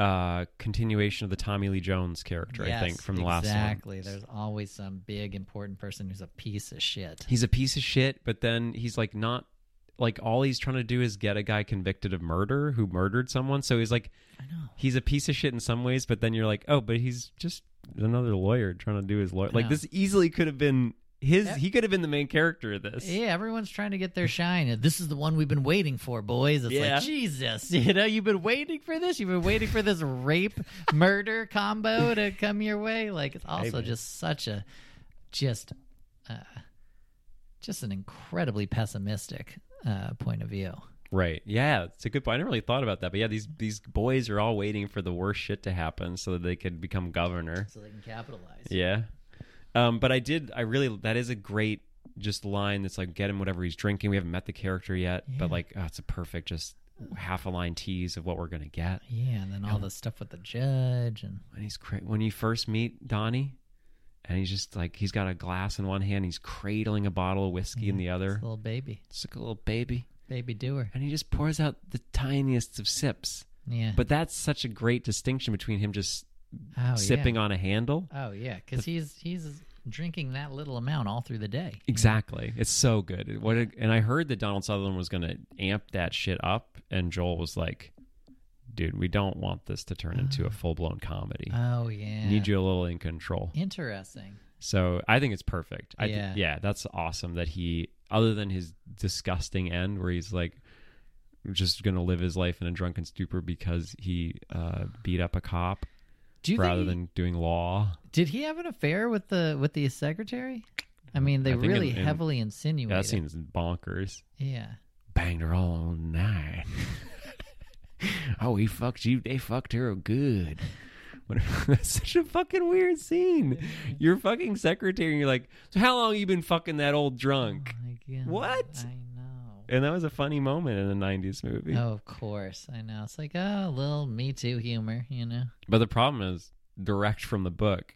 [SPEAKER 1] uh continuation of the Tommy Lee Jones character, I think,
[SPEAKER 2] Yes,
[SPEAKER 1] from the last one.
[SPEAKER 2] Exactly. There's always some big important person who's a piece of shit.
[SPEAKER 1] He's a piece of shit, but then he's like not like all he's trying to do is get a guy convicted of murder who murdered someone. So he's like
[SPEAKER 2] I know.
[SPEAKER 1] he's a piece of shit in some ways, but then you're like, oh, but he's just another lawyer trying to do his lawyer. Like
[SPEAKER 2] Yeah.
[SPEAKER 1] this easily could have been his.
[SPEAKER 2] Yeah.
[SPEAKER 1] He could have been the main character of this.
[SPEAKER 2] Yeah, everyone's trying to get their shine. This is the one we've been waiting for, boys. It's
[SPEAKER 1] Yeah.
[SPEAKER 2] like Jesus, [LAUGHS] you know, you've been waiting for this. You've been waiting for this rape [LAUGHS] murder combo to come your way. Like it's also
[SPEAKER 1] man.
[SPEAKER 2] just such a just uh, just an incredibly pessimistic uh, point of view.
[SPEAKER 1] Right. Yeah, it's a good point. I never really thought about that, but yeah, these these boys are all waiting for the worst shit to happen so that they could become governor.
[SPEAKER 2] So they can capitalize.
[SPEAKER 1] Yeah. Um, but I did. I really. That is a great just line. That's like get him whatever he's drinking. We haven't met the character yet,
[SPEAKER 2] Yeah.
[SPEAKER 1] but like oh, it's a perfect just half a line tease of what we're gonna get.
[SPEAKER 2] Yeah, and then all the stuff with the judge and
[SPEAKER 1] when he's cra- when you first meet Donnie, and he's just like he's got a glass in one hand, he's cradling a bottle of whiskey in the
[SPEAKER 2] this
[SPEAKER 1] other.
[SPEAKER 2] Mm-hmm. little baby,
[SPEAKER 1] It's like a little baby,
[SPEAKER 2] baby doer.
[SPEAKER 1] and he just pours out the tiniest of sips.
[SPEAKER 2] Yeah,
[SPEAKER 1] But that's such a great distinction between him just
[SPEAKER 2] oh,
[SPEAKER 1] sipping on a handle.
[SPEAKER 2] Yeah. Oh yeah, because he's he's drinking that little amount all through the day.
[SPEAKER 1] Exactly, it's so good. It- What a, and I heard that Donald Sutherland was going to amp that shit up, and Joel was like, "Dude, we don't want this to turn
[SPEAKER 2] [SIGHS]
[SPEAKER 1] into a full blown comedy.
[SPEAKER 2] Oh yeah.
[SPEAKER 1] Need you a little in control."
[SPEAKER 2] Interesting.
[SPEAKER 1] So I think it's perfect. I yeah.
[SPEAKER 2] Yeah.
[SPEAKER 1] yeah, that's awesome that he, other than his disgusting end where he's like just going to live his life in a drunken stupor because he uh, beat up a cop,
[SPEAKER 2] Do you
[SPEAKER 1] rather
[SPEAKER 2] think he-
[SPEAKER 1] than doing law.
[SPEAKER 2] did he have an affair with the with the secretary? I mean, they
[SPEAKER 1] I think in-
[SPEAKER 2] really
[SPEAKER 1] in-
[SPEAKER 2] heavily
[SPEAKER 1] Yeah, that
[SPEAKER 2] insinuate. it.
[SPEAKER 1] seems bonkers.
[SPEAKER 2] yeah.
[SPEAKER 1] Banged her all night. [LAUGHS] oh, he fucked you. They fucked her good. Whatever. That's such a [LAUGHS] fucking weird scene. You're fucking secretary. and You're like, so how long you been fucking that old drunk?
[SPEAKER 2] Oh my God,
[SPEAKER 1] What?
[SPEAKER 2] I know.
[SPEAKER 1] And that was a funny moment in a '90s movie.
[SPEAKER 2] Oh, of course. I know. It's like, oh, little Me Too humor, you know?
[SPEAKER 1] But the problem is direct from the book.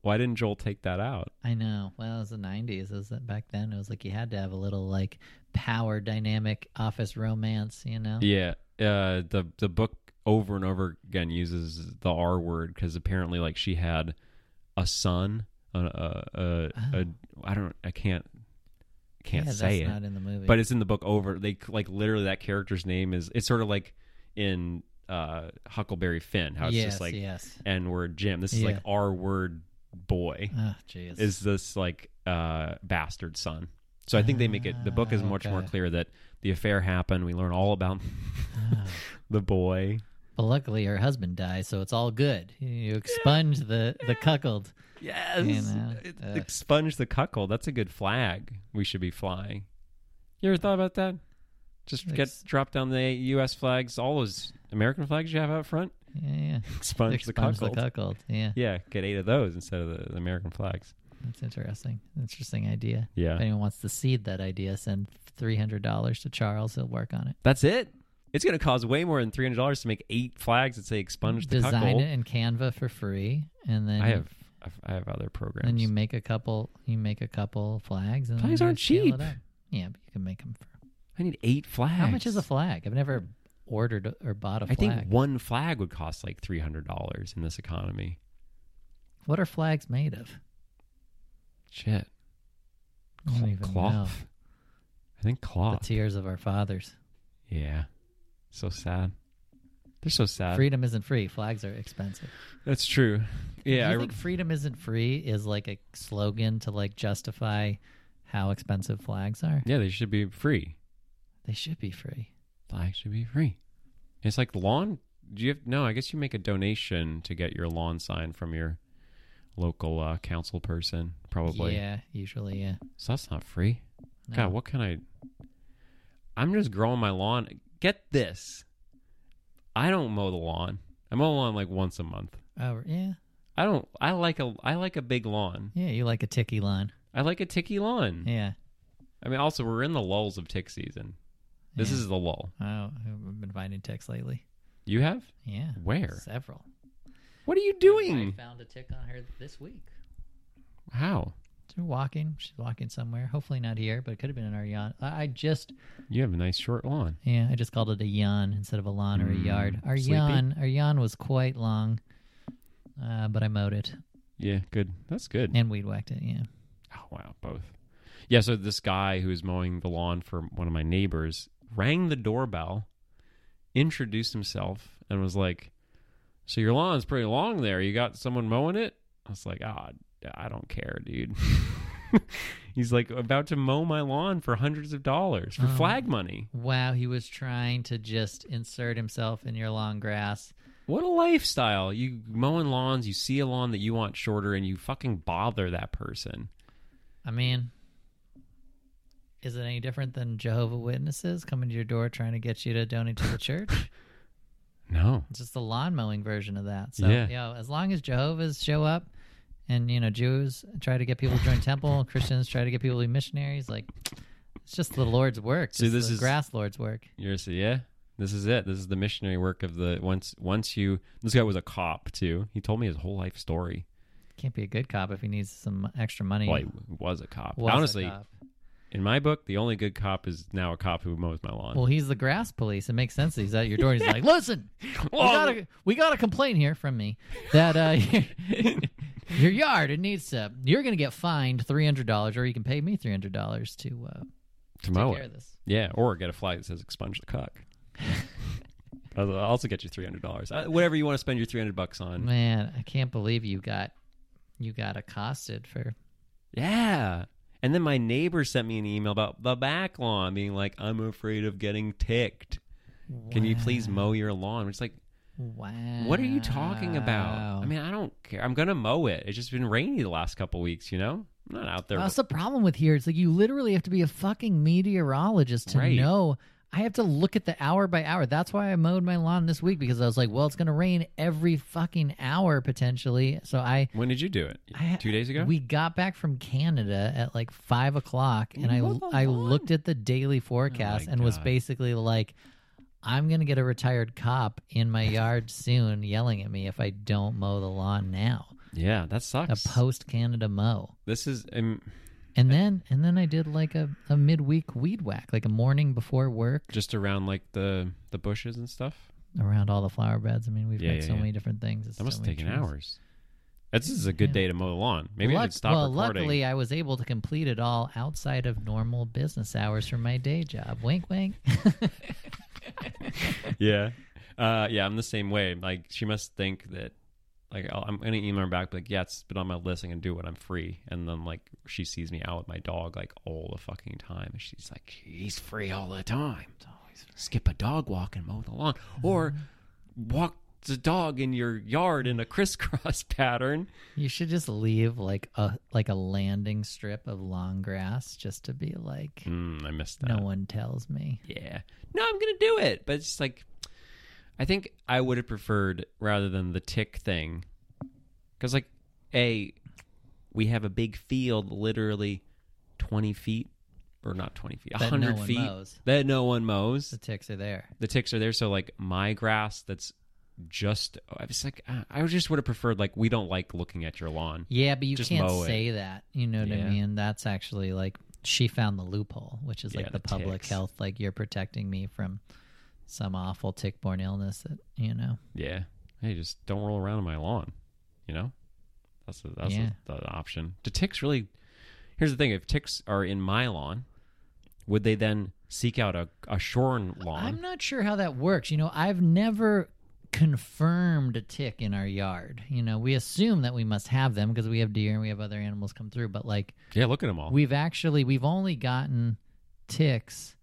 [SPEAKER 1] Why didn't Joel take that out?
[SPEAKER 2] I know. Well, it was the 90s. It was that back then. It was like you had to have a little, like, power dynamic office romance, you know?
[SPEAKER 1] Yeah, uh, the the book over and over again uses the R word because apparently, like, she had a son. A, a, a, a I don't I can't can't
[SPEAKER 2] Oh. Yeah,
[SPEAKER 1] say
[SPEAKER 2] that's
[SPEAKER 1] it,
[SPEAKER 2] not in the movie.
[SPEAKER 1] but it's in the book over. They like literally that character's name is it's sort of like in uh, Huckleberry Finn how it's
[SPEAKER 2] yes,
[SPEAKER 1] just like
[SPEAKER 2] yes.
[SPEAKER 1] N word Jim. This is like
[SPEAKER 2] Yeah.
[SPEAKER 1] R word boy
[SPEAKER 2] Oh, jeez.
[SPEAKER 1] is this like uh bastard son. So I think they make it the book is
[SPEAKER 2] Ah,
[SPEAKER 1] much more
[SPEAKER 2] okay.
[SPEAKER 1] clear that the affair happened. We learn all about
[SPEAKER 2] Ah.
[SPEAKER 1] the boy.
[SPEAKER 2] But luckily, her husband dies, so it's all good. You expunge the, the cuckold.
[SPEAKER 1] Yes.
[SPEAKER 2] You know,
[SPEAKER 1] It-
[SPEAKER 2] ugh.
[SPEAKER 1] Expunge the cuckold. That's a good flag we should be flying. You ever thought about that? Just get
[SPEAKER 2] Ex-
[SPEAKER 1] drop down the US flags, all those American flags you have out front.
[SPEAKER 2] Yeah, yeah.
[SPEAKER 1] Expunge, the
[SPEAKER 2] Expunge
[SPEAKER 1] cuckold.
[SPEAKER 2] the cuckold. Yeah,
[SPEAKER 1] yeah, get eight of those instead of the, the American flags.
[SPEAKER 2] that's interesting. Interesting idea.
[SPEAKER 1] Yeah.
[SPEAKER 2] If anyone wants to seed that idea, send three hundred dollars to Charles. He'll work on it.
[SPEAKER 1] That's it. It's going to cost way more than $300 to make eight flags that say expunge the
[SPEAKER 2] Design
[SPEAKER 1] cuckold.
[SPEAKER 2] it in Canva for free, and then
[SPEAKER 1] I have I've- I have other programs.
[SPEAKER 2] then you make a couple. You make a couple flags. And then
[SPEAKER 1] Flags
[SPEAKER 2] you
[SPEAKER 1] aren't
[SPEAKER 2] scale it
[SPEAKER 1] cheap.
[SPEAKER 2] up. Yeah, but you can make them. For...
[SPEAKER 1] I need eight flags.
[SPEAKER 2] How much is a flag? I've never ordered or bought a
[SPEAKER 1] I
[SPEAKER 2] flag.
[SPEAKER 1] think one flag would cost like three hundred dollars in this economy.
[SPEAKER 2] What are flags made of?
[SPEAKER 1] Shit,
[SPEAKER 2] I don't even
[SPEAKER 1] cloth.
[SPEAKER 2] know.
[SPEAKER 1] I think
[SPEAKER 2] The
[SPEAKER 1] cloth.
[SPEAKER 2] tears of our fathers.
[SPEAKER 1] yeah, so sad. They're so sad.
[SPEAKER 2] freedom isn't free. Flags are expensive.
[SPEAKER 1] That's true.
[SPEAKER 2] Do
[SPEAKER 1] Yeah,
[SPEAKER 2] you
[SPEAKER 1] I,
[SPEAKER 2] think freedom isn't free is like a slogan to like justify how expensive flags are?
[SPEAKER 1] yeah, they should be free.
[SPEAKER 2] They should be free.
[SPEAKER 1] Flags should be free. It's like lawn. Do you have no? I guess you make a donation to get your lawn sign from your local uh, council person, probably.
[SPEAKER 2] Yeah, usually, yeah.
[SPEAKER 1] So that's not free.
[SPEAKER 2] No.
[SPEAKER 1] God, what can I? I'm just growing my lawn. Get this. I don't mow the lawn. I mow the lawn like once a month.
[SPEAKER 2] Oh, yeah.
[SPEAKER 1] I don't. I like a. I like a big lawn.
[SPEAKER 2] Yeah, you like a ticky line.
[SPEAKER 1] I like a ticky lawn.
[SPEAKER 2] Yeah.
[SPEAKER 1] I mean, also we're in the lulls of tick season. This
[SPEAKER 2] Yeah.
[SPEAKER 1] is the lull.
[SPEAKER 2] Oh, I've been finding ticks lately.
[SPEAKER 1] You have
[SPEAKER 2] Yeah.
[SPEAKER 1] where?
[SPEAKER 2] Several.
[SPEAKER 1] What are you
[SPEAKER 2] I
[SPEAKER 1] doing?
[SPEAKER 2] found a tick on her this week.
[SPEAKER 1] How?
[SPEAKER 2] She's walking. She's walking somewhere. Hopefully not here, but it could have been in our yawn. I I just,
[SPEAKER 1] You have a nice short lawn.
[SPEAKER 2] yeah, I just called it a yawn instead of a lawn or a
[SPEAKER 1] Mm,
[SPEAKER 2] yard. Our
[SPEAKER 1] sleepy?
[SPEAKER 2] yawn, our yawn was quite long, uh, but I mowed it.
[SPEAKER 1] Yeah, good. That's good.
[SPEAKER 2] And weed whacked it, yeah.
[SPEAKER 1] Oh wow, both. Yeah, so this guy who was mowing the lawn for one of my neighbors rang the doorbell, introduced himself, and was like, "So your lawn's pretty long there. You got someone mowing it?" I was like, "Ah, I don't care, dude." [LAUGHS] He's like about to mow my lawn for hundreds of dollars for
[SPEAKER 2] Oh.
[SPEAKER 1] flag money.
[SPEAKER 2] Wow, he was trying to just insert himself in your long grass.
[SPEAKER 1] What a lifestyle! You mowing lawns, you see a lawn that you want shorter, and you fucking bother that person.
[SPEAKER 2] I mean, is it any different than Jehovah Witnesses coming to your door trying to get you to donate to the church?
[SPEAKER 1] No,
[SPEAKER 2] It's just the lawn mowing version of that. So,
[SPEAKER 1] Yeah.
[SPEAKER 2] yeah, as long as Jehovah's show up and, you know, Jews try to get people to join temple, [LAUGHS] Christians try to get people to be missionaries, like, it's just the Lord's work.
[SPEAKER 1] So
[SPEAKER 2] It's
[SPEAKER 1] this
[SPEAKER 2] the
[SPEAKER 1] is-
[SPEAKER 2] grass Lord's work.
[SPEAKER 1] You're so yeah. This is it. This is the missionary work of the once once you this guy was a cop too. He told me his whole life story.
[SPEAKER 2] Can't be a good cop if he needs some extra money.
[SPEAKER 1] Well, he was a cop.
[SPEAKER 2] Was a
[SPEAKER 1] Honestly,
[SPEAKER 2] cop.
[SPEAKER 1] in my book, the only good cop is now a cop who mows my lawn. [LAUGHS]
[SPEAKER 2] Well, he's the grass police. It makes sense that he's at your door. and He's like, "Listen, we
[SPEAKER 1] Well,
[SPEAKER 2] got a we got a complaint here from me that uh, [LAUGHS] your yard it needs to. You're going to get fined three hundred dollars, or you can pay me three hundred dollars to uh,
[SPEAKER 1] to
[SPEAKER 2] take
[SPEAKER 1] mow
[SPEAKER 2] care
[SPEAKER 1] it.
[SPEAKER 2] of this."
[SPEAKER 1] Yeah, or get a flag that says expunge the
[SPEAKER 2] [LAUGHS]
[SPEAKER 1] cock. I'll I'll also get you three hundred dollars. Uh, Whatever you want to spend your three hundred bucks on.
[SPEAKER 2] Man, I can't believe you got you got accosted for.
[SPEAKER 1] Yeah. And then my neighbor sent me an email about the back lawn, being like, "I'm afraid of getting ticked. Can you please mow your lawn?" It's like,
[SPEAKER 2] Wow.
[SPEAKER 1] What are you talking about? I mean, I don't care. I'm gonna mow it. It's just been rainy the last couple weeks. You know, I'm not out there.
[SPEAKER 2] That's the problem with here. It's like you literally have to be a fucking meteorologist to
[SPEAKER 1] Right.
[SPEAKER 2] know. I have to look at the hour by hour. That's why I mowed my lawn this week because I was like, well, it's going to rain every fucking hour potentially. So I,
[SPEAKER 1] when did you do it?
[SPEAKER 2] I
[SPEAKER 1] Two days ago.
[SPEAKER 2] we got back from Canada at like five o'clock, and I
[SPEAKER 1] Mow the
[SPEAKER 2] I
[SPEAKER 1] lawn.
[SPEAKER 2] looked at the daily forecast
[SPEAKER 1] my
[SPEAKER 2] and was
[SPEAKER 1] God.
[SPEAKER 2] basically like, I'm going to get a retired cop in my
[SPEAKER 1] [LAUGHS]
[SPEAKER 2] yard soon yelling at me if I don't mow the lawn now.
[SPEAKER 1] yeah, that
[SPEAKER 2] A
[SPEAKER 1] sucks.
[SPEAKER 2] post Canada mow.
[SPEAKER 1] this is. Um,
[SPEAKER 2] And then and then I did like a, a midweek weed whack, like a morning before work
[SPEAKER 1] just around like the the bushes and stuff.
[SPEAKER 2] around all the flower beds. I mean, we've
[SPEAKER 1] Yeah,
[SPEAKER 2] got
[SPEAKER 1] yeah,
[SPEAKER 2] so
[SPEAKER 1] yeah.
[SPEAKER 2] many different things. It's
[SPEAKER 1] That must
[SPEAKER 2] so
[SPEAKER 1] have
[SPEAKER 2] many
[SPEAKER 1] taken
[SPEAKER 2] trees.
[SPEAKER 1] hours. This is a good
[SPEAKER 2] Yeah.
[SPEAKER 1] day to mow the lawn. Maybe I
[SPEAKER 2] Luck-
[SPEAKER 1] should stop
[SPEAKER 2] well,
[SPEAKER 1] recording.
[SPEAKER 2] luckily I was able to complete it all outside of normal business hours for my day job. Wink, wink. [LAUGHS]
[SPEAKER 1] yeah, uh, yeah. I'm the same way. Like she must think that. Like I'll, I'm gonna email her back, like yeah, it's been on my list. I can do it when I'm free. And then like she sees me out with my dog like all the fucking time, and she's like, he's free all the time. Skip a dog walk and mow the lawn, or walk the dog in your yard in a [LAUGHS] crisscross pattern.
[SPEAKER 2] you should just leave like a like a landing strip of long grass just to be like,
[SPEAKER 1] Mm, I missed that.
[SPEAKER 2] no one tells me.
[SPEAKER 1] yeah no i'm gonna do it but it's just like i think i would have preferred rather than the tick thing because like a we have a big field literally 20 feet or not 20 feet
[SPEAKER 2] That no
[SPEAKER 1] 100
[SPEAKER 2] one
[SPEAKER 1] feet
[SPEAKER 2] mows.
[SPEAKER 1] that no one mows
[SPEAKER 2] The ticks are there.
[SPEAKER 1] the ticks are there so like my grass that's just i was like uh, i just would have preferred like we don't like looking at your lawn
[SPEAKER 2] Yeah, but you
[SPEAKER 1] Just
[SPEAKER 2] can't
[SPEAKER 1] mow it.
[SPEAKER 2] say that. You know what
[SPEAKER 1] Yeah.
[SPEAKER 2] I mean? That's actually like she found the loophole, which is like
[SPEAKER 1] Yeah,
[SPEAKER 2] the,
[SPEAKER 1] the
[SPEAKER 2] public
[SPEAKER 1] ticks.
[SPEAKER 2] health. Like you're protecting me from some awful tick-borne illness that you know.
[SPEAKER 1] Yeah. Hey, just don't roll around on my lawn. You know, that's the, that's
[SPEAKER 2] Yeah.
[SPEAKER 1] the, the option. Do ticks really? Here's the thing: if ticks are in my lawn, would they then seek out a, a shorn lawn?
[SPEAKER 2] I'm not sure how that works. You know, I've never confirmed a tick in our yard. You know, we assume that we must have them because we have deer and we have other animals come through. But like
[SPEAKER 1] yeah, look at them all
[SPEAKER 2] we've actually we've only gotten ticks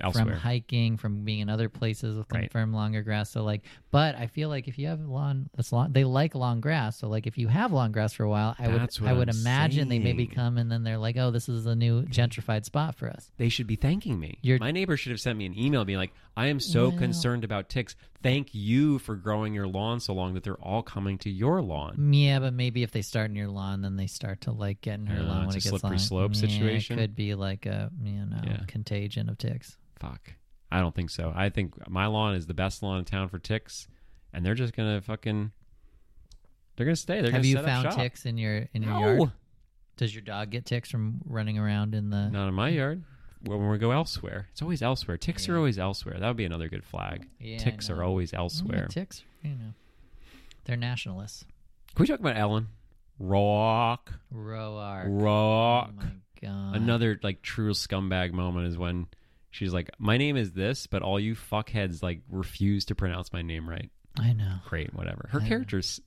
[SPEAKER 1] elsewhere.
[SPEAKER 2] from hiking, from being in other places with
[SPEAKER 1] Right.
[SPEAKER 2] confirmed longer grass. So like, but I feel like if you have lawn, that's long. They like long grass. So like, if you have long grass for a while, I
[SPEAKER 1] That's
[SPEAKER 2] would,
[SPEAKER 1] what
[SPEAKER 2] I would
[SPEAKER 1] I'm
[SPEAKER 2] imagine they maybe
[SPEAKER 1] saying.
[SPEAKER 2] come and then they're like, oh, this is a new gentrified spot for us.
[SPEAKER 1] they should be thanking me.
[SPEAKER 2] You're-
[SPEAKER 1] my neighbor should have sent me an email being like, "I am so
[SPEAKER 2] Well-
[SPEAKER 1] concerned about ticks. Thank you for growing your lawn so long that they're all coming to your lawn."
[SPEAKER 2] Yeah, but maybe if they start in your lawn, then they start to like get in her
[SPEAKER 1] Yeah,
[SPEAKER 2] lawn
[SPEAKER 1] it's
[SPEAKER 2] when
[SPEAKER 1] a
[SPEAKER 2] it gets
[SPEAKER 1] slippery
[SPEAKER 2] long.
[SPEAKER 1] slope
[SPEAKER 2] Yeah,
[SPEAKER 1] situation.
[SPEAKER 2] It could be like a you know
[SPEAKER 1] Yeah.
[SPEAKER 2] contagion of ticks.
[SPEAKER 1] Fuck. I don't think so. I think my lawn is the best lawn in town for ticks, and they're just gonna fucking. They're gonna stay. They're
[SPEAKER 2] Have
[SPEAKER 1] gonna
[SPEAKER 2] you
[SPEAKER 1] set up
[SPEAKER 2] found
[SPEAKER 1] shop.
[SPEAKER 2] ticks in your in your
[SPEAKER 1] No,
[SPEAKER 2] yard? Does your dog get ticks from running around in the?
[SPEAKER 1] not in my yard. When we go elsewhere, it's always elsewhere. Ticks are
[SPEAKER 2] Yeah.
[SPEAKER 1] always elsewhere. That would be another good flag.
[SPEAKER 2] Yeah, I
[SPEAKER 1] ticks are
[SPEAKER 2] know.
[SPEAKER 1] always
[SPEAKER 2] Yeah,
[SPEAKER 1] elsewhere.
[SPEAKER 2] ticks, you know, they're nationalists.
[SPEAKER 1] Can we talk about Ellen? Rock,
[SPEAKER 2] Roar.
[SPEAKER 1] rock.
[SPEAKER 2] Oh my god.
[SPEAKER 1] another like true scumbag moment is when she's like, "My name is this, but all you fuckheads like refuse to pronounce my name right."
[SPEAKER 2] I know.
[SPEAKER 1] Great, whatever. Her
[SPEAKER 2] I know.
[SPEAKER 1] character's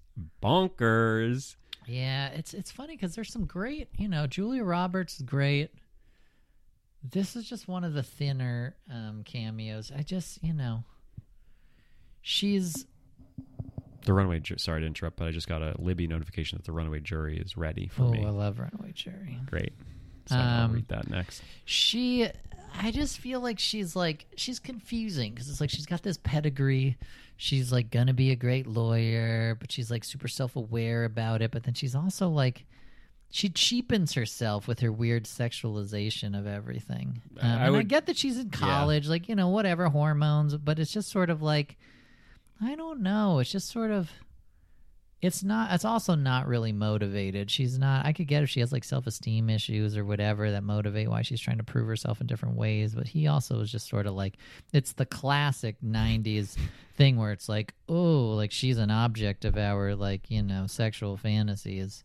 [SPEAKER 1] bonkers.
[SPEAKER 2] Yeah, it's it's funny because there's some great. You know, Julia Roberts is great. This is just one of the thinner um, cameos. I just, you know, she's
[SPEAKER 1] The runaway. Ju- sorry to interrupt, but I just got a Libby notification that the runaway jury is ready for
[SPEAKER 2] oh,
[SPEAKER 1] me.
[SPEAKER 2] I love Runaway Jury.
[SPEAKER 1] Great. So I'll
[SPEAKER 2] Um,
[SPEAKER 1] read that next.
[SPEAKER 2] she i just feel like she's like she's confusing because it's like she's got this pedigree she's like gonna be a great lawyer but she's like super self-aware about it but then she's also like she cheapens herself with her weird sexualization of everything um,
[SPEAKER 1] I- I
[SPEAKER 2] and i
[SPEAKER 1] would-
[SPEAKER 2] get that she's in college like you know whatever hormones but it's just sort of like i don't know it's just sort of it's not it's also not really motivated she's not i could get if she has like self-esteem issues or whatever that motivate why she's trying to prove herself in different ways but he also is just sort of like it's the classic 90s thing where it's like oh like she's an object of our like you know sexual fantasies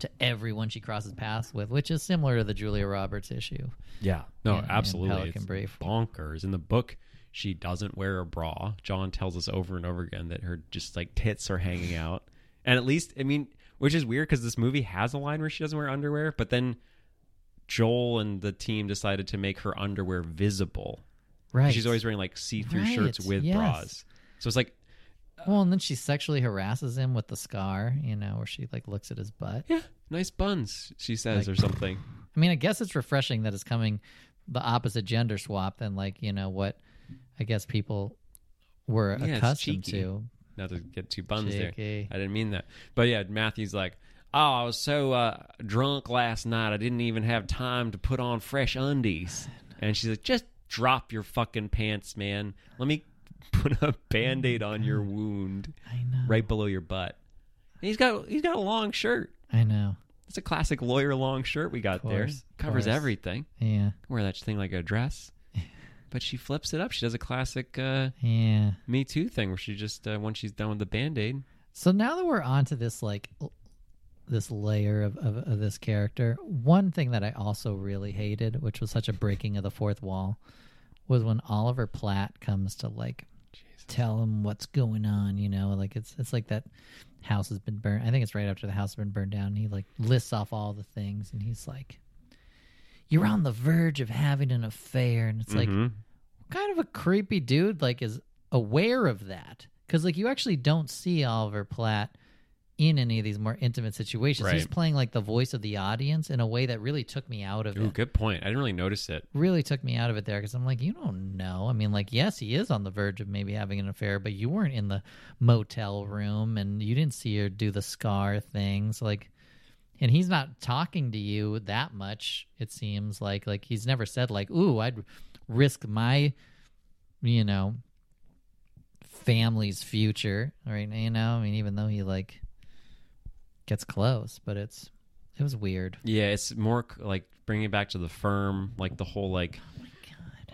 [SPEAKER 2] to everyone she crosses paths with which is similar to the julia roberts issue
[SPEAKER 1] Yeah. No,
[SPEAKER 2] in- in
[SPEAKER 1] absolutely.
[SPEAKER 2] Pelican
[SPEAKER 1] It's
[SPEAKER 2] Brief.
[SPEAKER 1] bonkers. In the book, she doesn't wear a bra. John tells us over and over again that her just like tits are hanging out. And at least, I mean, which is weird because this movie has a line where she doesn't wear underwear, but then Joel and the team decided to make her underwear visible.
[SPEAKER 2] right
[SPEAKER 1] She's always wearing like see-through
[SPEAKER 2] Right,
[SPEAKER 1] shirts with
[SPEAKER 2] yes.
[SPEAKER 1] bras. So it's like,
[SPEAKER 2] Well, and then she sexually harasses him with the scar, you know, where she like looks at his butt.
[SPEAKER 1] yeah, nice buns, she says, or
[SPEAKER 2] Like-
[SPEAKER 1] something.
[SPEAKER 2] I mean, I guess it's refreshing that it's coming the opposite gender swap than like, you know, what I guess people were
[SPEAKER 1] Yeah, it's
[SPEAKER 2] accustomed
[SPEAKER 1] cheeky.
[SPEAKER 2] to.
[SPEAKER 1] Not to get two buns there.
[SPEAKER 2] Cheeky.
[SPEAKER 1] I didn't mean that. But yeah, Matthew's like, oh, I was so uh, drunk last night, I didn't even have time to put on fresh undies. And she's like, just drop your fucking pants, man. Let me put a band aid on
[SPEAKER 2] Mm.
[SPEAKER 1] your wound
[SPEAKER 2] I know.
[SPEAKER 1] right below your butt. And he's got he's got a long shirt.
[SPEAKER 2] I know.
[SPEAKER 1] It's a classic lawyer long shirt we got there.
[SPEAKER 2] Course,
[SPEAKER 1] Covers
[SPEAKER 2] course.
[SPEAKER 1] everything.
[SPEAKER 2] Yeah.
[SPEAKER 1] Wear that thing like a dress. [LAUGHS] But she flips it up. She does a classic uh,
[SPEAKER 2] Yeah.
[SPEAKER 1] Me Too thing where she just, uh, once she's done with the band aid,
[SPEAKER 2] So now that we're onto this like l- this layer of, of, of this character, one thing that I also really hated, which was such a breaking of the fourth wall, was when Oliver Platt comes to like tell him what's going on, you know, like it's it's like that house has been burned. I think it's right after the house has been burned down. and he like lists off all the things and he's like you're on the verge of having an affair and it's like
[SPEAKER 1] Mhm.
[SPEAKER 2] kind of a creepy dude like is aware of that because like you actually don't see oliver platt in any of these more intimate situations he's
[SPEAKER 1] Right.
[SPEAKER 2] playing like the voice of the audience in a way that really took me out of
[SPEAKER 1] Ooh,
[SPEAKER 2] it
[SPEAKER 1] good point. I didn't really notice it.
[SPEAKER 2] really took me out of it there because i'm like you don't know i mean like yes he is on the verge of maybe having an affair but you weren't in the motel room and you didn't see her do the scar things like and he's not talking to you that much it seems like like he's never said like ooh i'd risk my you know family's future right you know i mean even though he like gets close but it's it was weird
[SPEAKER 1] Yeah, it's more c- like bringing it back to the firm, like the whole like
[SPEAKER 2] Oh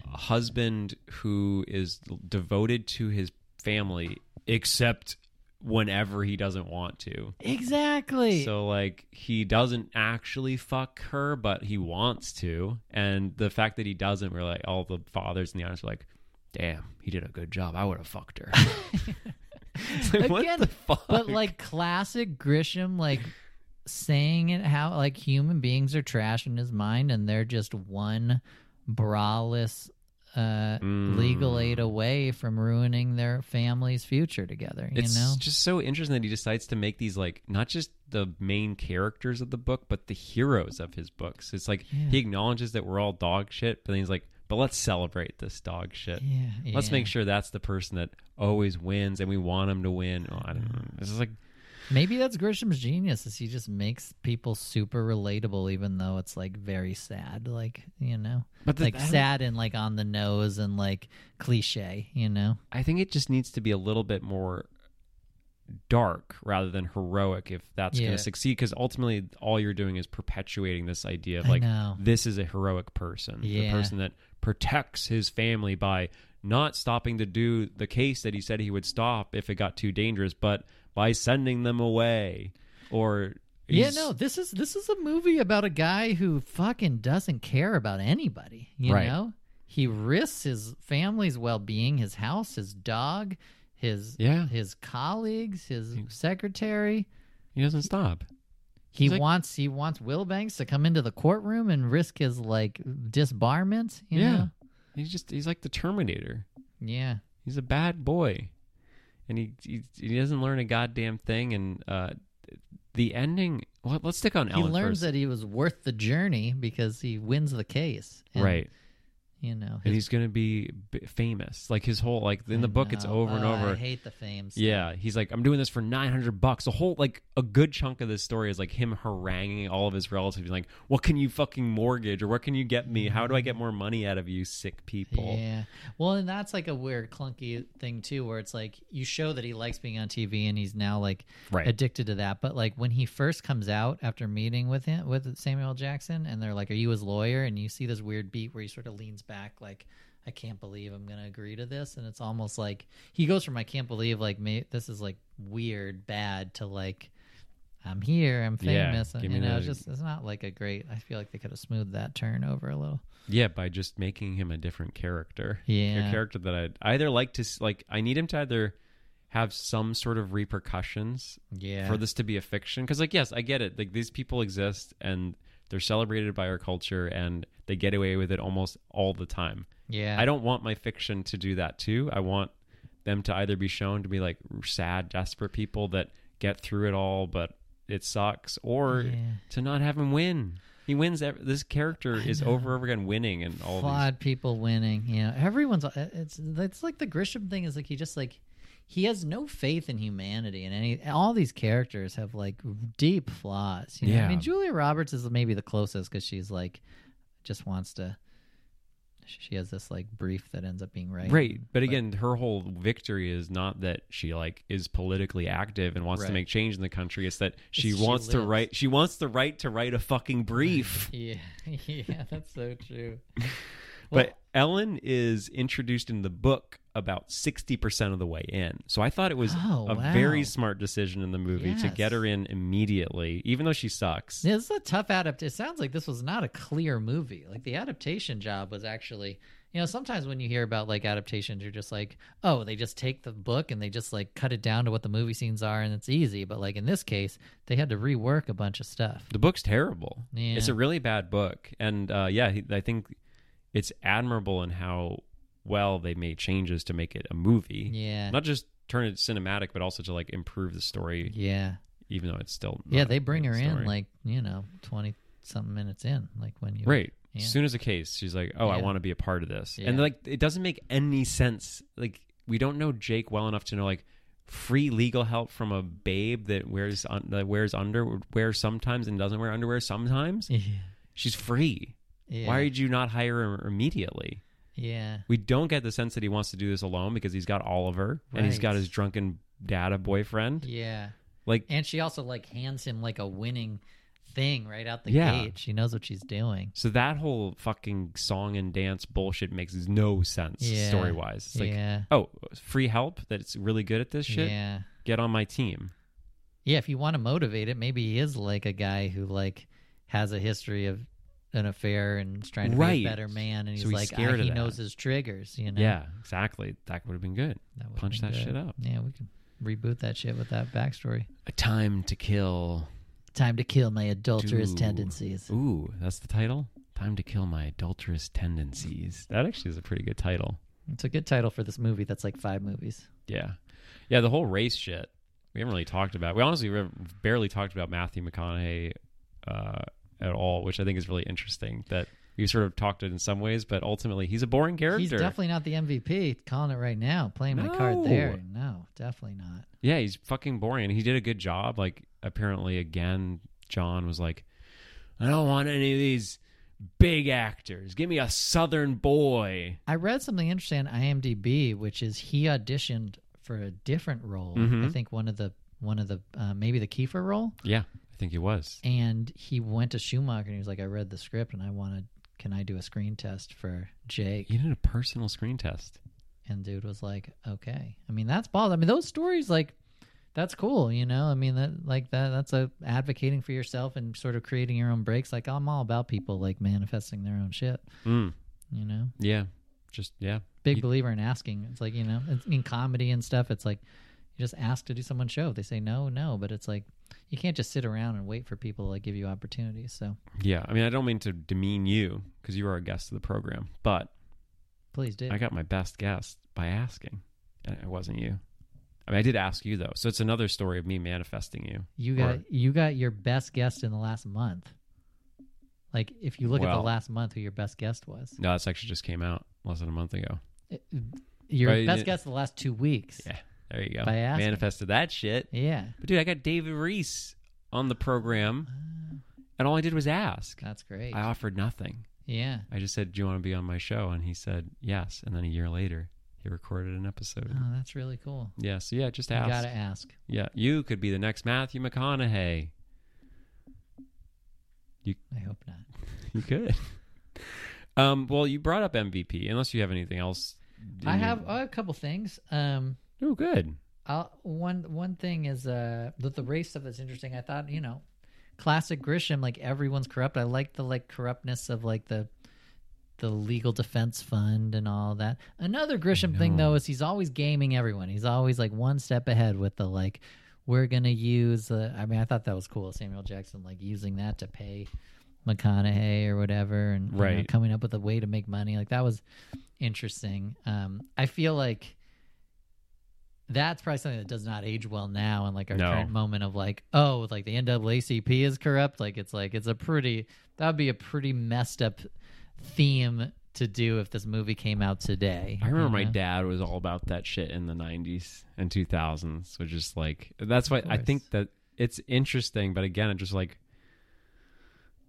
[SPEAKER 2] god
[SPEAKER 1] husband who is devoted to his family, except whenever he doesn't want to.
[SPEAKER 2] exactly
[SPEAKER 1] So like he doesn't actually fuck her, but he wants to, and the fact that he doesn't, we're like all the fathers in the audience were like, "Damn, he did a good job. I would have fucked
[SPEAKER 2] [LAUGHS]
[SPEAKER 1] her." It's like, what
[SPEAKER 2] Again,
[SPEAKER 1] the fuck?
[SPEAKER 2] but like classic Grisham, like saying it how like human beings are trash in his mind, and they're just one braless uh,
[SPEAKER 1] Mm.
[SPEAKER 2] legal aid away from ruining their family's future together. You
[SPEAKER 1] It's
[SPEAKER 2] know,
[SPEAKER 1] just so interesting that he decides to make these like not just the main characters of the book, but the heroes of his books. It's like
[SPEAKER 2] Yeah.
[SPEAKER 1] he acknowledges that we're all dog shit, but then he's like, but let's celebrate this dog shit.
[SPEAKER 2] yeah,
[SPEAKER 1] Let's
[SPEAKER 2] yeah.
[SPEAKER 1] make sure that's the person that always wins, and we want him to win. Oh, I don't know. This is like,
[SPEAKER 2] Maybe that's Grisham's genius. Is he just makes people super relatable, even though it's like very sad, like you know,
[SPEAKER 1] but the,
[SPEAKER 2] like
[SPEAKER 1] I don't-
[SPEAKER 2] sad and like on the nose and like cliche, you know.
[SPEAKER 1] I think it just needs to be a little bit more dark rather than heroic if that's going
[SPEAKER 2] Yeah.
[SPEAKER 1] to succeed. Because ultimately, all you're doing is perpetuating this idea of
[SPEAKER 2] I
[SPEAKER 1] like
[SPEAKER 2] know.
[SPEAKER 1] this is a heroic person, the
[SPEAKER 2] Yeah.
[SPEAKER 1] person that protects his family by not stopping to do the case that he said he would stop if it got too dangerous, but by sending them away or
[SPEAKER 2] Yeah,
[SPEAKER 1] he's-
[SPEAKER 2] no, this is this is a movie about a guy who fucking doesn't care about anybody, you
[SPEAKER 1] Right.
[SPEAKER 2] know? He risks his family's well-being, his house, his dog, his
[SPEAKER 1] Yeah.
[SPEAKER 2] his colleagues, his secretary.
[SPEAKER 1] he doesn't stop.
[SPEAKER 2] He
[SPEAKER 1] He's like-
[SPEAKER 2] wants he wants Wilbanks to come into the courtroom and risk his like disbarment, you
[SPEAKER 1] yeah,
[SPEAKER 2] know?
[SPEAKER 1] he's just he's like the Terminator.
[SPEAKER 2] Yeah.
[SPEAKER 1] He's a bad boy, and he he, he doesn't learn a goddamn thing. And uh, the ending. Well, let's stick on
[SPEAKER 2] he
[SPEAKER 1] Ellen
[SPEAKER 2] learns
[SPEAKER 1] first.
[SPEAKER 2] that he was worth the journey because he wins the case. And,
[SPEAKER 1] right,
[SPEAKER 2] You know,
[SPEAKER 1] and
[SPEAKER 2] his-
[SPEAKER 1] he's gonna be b- famous. Like his whole like in the
[SPEAKER 2] I
[SPEAKER 1] book, it's
[SPEAKER 2] know.
[SPEAKER 1] over and
[SPEAKER 2] Oh, I
[SPEAKER 1] over.
[SPEAKER 2] hate the fame. stuff.
[SPEAKER 1] Yeah, he's like, I'm doing this for 900 bucks. A whole, like, a good chunk of this story is like him haranguing all of his relatives, being like, What can you fucking mortgage? Or what can you get me? How do I get more money out of you, sick people?
[SPEAKER 2] Mm-hmm. Yeah. Well, and that's like a weird clunky thing too, where it's like you show that he likes being on TV and he's now like
[SPEAKER 1] Right.
[SPEAKER 2] addicted to that. But like when he first comes out after meeting with him with Samuel Jackson, and they're like, "Are you his lawyer?" and you see this weird beat where he sort of leans back, like, "I can't believe I'm going to agree to this," and it's almost like he goes from "I can't believe like ma- this is like weird, bad" to like. I'm here. I'm
[SPEAKER 1] Yeah,
[SPEAKER 2] famous. and
[SPEAKER 1] give
[SPEAKER 2] you
[SPEAKER 1] me
[SPEAKER 2] know, it's
[SPEAKER 1] the-
[SPEAKER 2] just it's not like a great. I feel like they could have smoothed that turn over a little.
[SPEAKER 1] Yeah, by just making him a different character.
[SPEAKER 2] Yeah.
[SPEAKER 1] A character that I'd either like to, s- like, I need him to either have some sort of repercussions
[SPEAKER 2] Yeah.
[SPEAKER 1] for this to be a fiction. Because, like, yes, I get it. Like, these people exist and they're celebrated by our culture and they get away with it almost all the time.
[SPEAKER 2] yeah.
[SPEAKER 1] I don't want my fiction to do that too. I want them to either be shown to be like sad, desperate people that get through it all, but it sucks, or
[SPEAKER 2] Yeah.
[SPEAKER 1] to not have him win. He wins. Every, this character is over and over again winning, and all
[SPEAKER 2] flawed people winning. You know, everyone's uh, it's it's like the Grisham thing is like he just like he has no faith in humanity, and any all these characters have like deep flaws. You know? I
[SPEAKER 1] Yeah.
[SPEAKER 2] mean, Julia Roberts is maybe the closest because she's like just wants to. She has this like brief that ends up being right.
[SPEAKER 1] these. Right, but again, her whole victory is not that she like is politically active and wants to
[SPEAKER 2] Right.
[SPEAKER 1] make change in the country. It's that she
[SPEAKER 2] she
[SPEAKER 1] wants to
[SPEAKER 2] lives.
[SPEAKER 1] write. She wants the right to write a fucking
[SPEAKER 2] [LAUGHS]
[SPEAKER 1] brief.
[SPEAKER 2] Yeah, yeah, that's so true.
[SPEAKER 1] But Ellen is introduced in the book about 60% of the way in. So I thought it was
[SPEAKER 2] Oh,
[SPEAKER 1] a
[SPEAKER 2] wow.
[SPEAKER 1] very smart decision in the movie to
[SPEAKER 2] Yes.
[SPEAKER 1] get her in immediately, even though she sucks.
[SPEAKER 2] Yeah, this is a tough adapt. It sounds like this was not a clear movie. Like the adaptation job was actually, you know, sometimes when you hear about like adaptations, you're just like, oh, they just take the book and they just like cut it down to what the movie scenes are and it's easy. But like in this case, they had to rework a bunch of stuff.
[SPEAKER 1] The book's terrible.
[SPEAKER 2] Yeah.
[SPEAKER 1] It's a really bad book. And uh, yeah, he- I think it's admirable in how well they made changes to make it a movie.
[SPEAKER 2] Yeah.
[SPEAKER 1] Not just turn it cinematic, but also to like improve the story,
[SPEAKER 2] yeah.
[SPEAKER 1] even though it's still.
[SPEAKER 2] Yeah.
[SPEAKER 1] not a
[SPEAKER 2] They bring
[SPEAKER 1] good
[SPEAKER 2] her in
[SPEAKER 1] story.
[SPEAKER 2] like, you know, 20 something minutes in, like when you.
[SPEAKER 1] Right.
[SPEAKER 2] Yeah.
[SPEAKER 1] As soon as a case, she's like, "Oh, I
[SPEAKER 2] Yeah.
[SPEAKER 1] want to be a part of this," and
[SPEAKER 2] Yeah.
[SPEAKER 1] like it doesn't make any sense. Like we don't know Jake well enough to know like free legal help from a babe that wears un- that wears underwear sometimes and doesn't wear underwear sometimes.
[SPEAKER 2] [LAUGHS] Yeah.
[SPEAKER 1] She's free.
[SPEAKER 2] Yeah.
[SPEAKER 1] Why did you not hire him immediately?
[SPEAKER 2] Yeah.
[SPEAKER 1] We don't get the sense that he wants to do this alone because he's got Oliver and he's got
[SPEAKER 2] Right.
[SPEAKER 1] his drunken data boyfriend.
[SPEAKER 2] Yeah.
[SPEAKER 1] Like
[SPEAKER 2] And she also like hands him like a winning thing right out the
[SPEAKER 1] Yeah.
[SPEAKER 2] gate. She knows what she's doing.
[SPEAKER 1] so that whole fucking song and dance bullshit makes no sense
[SPEAKER 2] Yeah.
[SPEAKER 1] story wise. It's like
[SPEAKER 2] yeah.
[SPEAKER 1] oh, free help that's really good at this shit,
[SPEAKER 2] Yeah.
[SPEAKER 1] get on my team.
[SPEAKER 2] Yeah, if you want to motivate it, maybe he is like a guy who like has a history of an affair and is trying to
[SPEAKER 1] Right.
[SPEAKER 2] be a better man and
[SPEAKER 1] So
[SPEAKER 2] he's
[SPEAKER 1] he's
[SPEAKER 2] like
[SPEAKER 1] scared
[SPEAKER 2] ah,
[SPEAKER 1] of
[SPEAKER 2] he
[SPEAKER 1] that.
[SPEAKER 2] knows his triggers, you know.
[SPEAKER 1] Yeah, exactly. That would have been good.
[SPEAKER 2] That would've
[SPEAKER 1] Punch
[SPEAKER 2] been
[SPEAKER 1] that
[SPEAKER 2] good.
[SPEAKER 1] shit up.
[SPEAKER 2] Yeah, we can reboot that shit with that backstory.
[SPEAKER 1] A time to kill.
[SPEAKER 2] Time to kill my adulterous
[SPEAKER 1] Ooh.
[SPEAKER 2] tendencies.
[SPEAKER 1] Ooh, that's the title? Time to kill my adulterous tendencies. That actually is a pretty good title.
[SPEAKER 2] It's a good title for this movie that's like five movies.
[SPEAKER 1] Yeah. Yeah, the whole race shit. We haven't really talked about. We honestly re- barely talked about Matthew McConaughey uh, at all, which I think is really interesting that we sort of talked it in some ways, but ultimately he's a boring character.
[SPEAKER 2] He's definitely not the MVP. Calling it right now, playing my card there.
[SPEAKER 1] No.
[SPEAKER 2] No, definitely not.
[SPEAKER 1] Yeah, he's fucking boring. And he did a good job. Like, apparently, again, John was like, I don't want any of these big actors. Give me a Southern boy.
[SPEAKER 2] I read something interesting on IMDb, which is he auditioned for a different role. I
[SPEAKER 1] Mhm.
[SPEAKER 2] think one of the one of the uh, maybe the Kiefer role,
[SPEAKER 1] Yeah, I think he was.
[SPEAKER 2] and he went to Schumacher and he was like, "I read the script and I wanted, can I do a screen test for Jake?"
[SPEAKER 1] He did a personal screen test.
[SPEAKER 2] And dude was like, "Okay." I mean, that's balls. I mean, those stories like. That's cool, you know. I mean, that like that. That's a advocating for yourself and sort of creating your own breaks. Like I'm all about people like manifesting their own shit,
[SPEAKER 1] Mm,
[SPEAKER 2] you know.
[SPEAKER 1] yeah, just, yeah.
[SPEAKER 2] big
[SPEAKER 1] You-
[SPEAKER 2] believer in asking. It's like you know, it's, in comedy and stuff, it's like you just ask to do someone's show. If They say no, no, but it's like you can't just sit around and wait for people to like give you opportunities. So
[SPEAKER 1] Yeah, I mean, I don't mean to demean you because you are a guest of the program, but
[SPEAKER 2] please do.
[SPEAKER 1] I got my best guess by asking, and it wasn't you. I mean, I did ask you, though. So it's another story of me manifesting you.
[SPEAKER 2] you got
[SPEAKER 1] Or-
[SPEAKER 2] you got your best guest in the last month. Like if you look at the
[SPEAKER 1] Well.
[SPEAKER 2] last month, who your best guest was?
[SPEAKER 1] No, that's actually just came out less than a month ago.
[SPEAKER 2] It- Your
[SPEAKER 1] By-
[SPEAKER 2] best guest the last two weeks.
[SPEAKER 1] Yeah, there you go.
[SPEAKER 2] By asking.
[SPEAKER 1] Manifested that shit.
[SPEAKER 2] Yeah.
[SPEAKER 1] But dude, I got David Reese on the program,
[SPEAKER 2] Oh,
[SPEAKER 1] and all I did was ask.
[SPEAKER 2] that's great.
[SPEAKER 1] I offered nothing.
[SPEAKER 2] yeah.
[SPEAKER 1] I just said, "Do you want to be on my show?" And he said, "Yes." And then a year later, he recorded an episode.
[SPEAKER 2] Oh, that's really cool.
[SPEAKER 1] Yeah, so yeah, just
[SPEAKER 2] You
[SPEAKER 1] ask.
[SPEAKER 2] gotta ask.
[SPEAKER 1] Yeah, you could be the next Matthew McConaughey.
[SPEAKER 2] I hope not.
[SPEAKER 1] You could. [LAUGHS] um, well, you brought up MVP. Unless you have anything else.
[SPEAKER 2] I have uh, I have a couple things. Um,
[SPEAKER 1] Oh, good.
[SPEAKER 2] I'll, one one thing is uh the, the race stuff that's interesting. I thought you know, classic Grisham like everyone's corrupt. I like the like corruptness of like the the legal defense fund and all that. Another Grisham thing
[SPEAKER 1] know.
[SPEAKER 2] though is he's always gaming everyone. He's always like one step ahead with the like we're gonna use. Uh, I mean, I thought that was cool. Samuel Jackson like using that to pay McConaughey or whatever, and you know,
[SPEAKER 1] Right.
[SPEAKER 2] coming up with a way to make money. Like that was interesting. Um, I feel like that's probably something that does not age well now in like our
[SPEAKER 1] No.
[SPEAKER 2] current moment of like, oh, like the NAACP is corrupt. Like it's like it's a pretty that would be a pretty messed up theme to do if this movie came out today.
[SPEAKER 1] I remember my
[SPEAKER 2] you know?
[SPEAKER 1] dad was all about that shit in the 90s and 2000s, which is like that's why
[SPEAKER 2] Of
[SPEAKER 1] I think
[SPEAKER 2] course.
[SPEAKER 1] that it's interesting, but again, it just like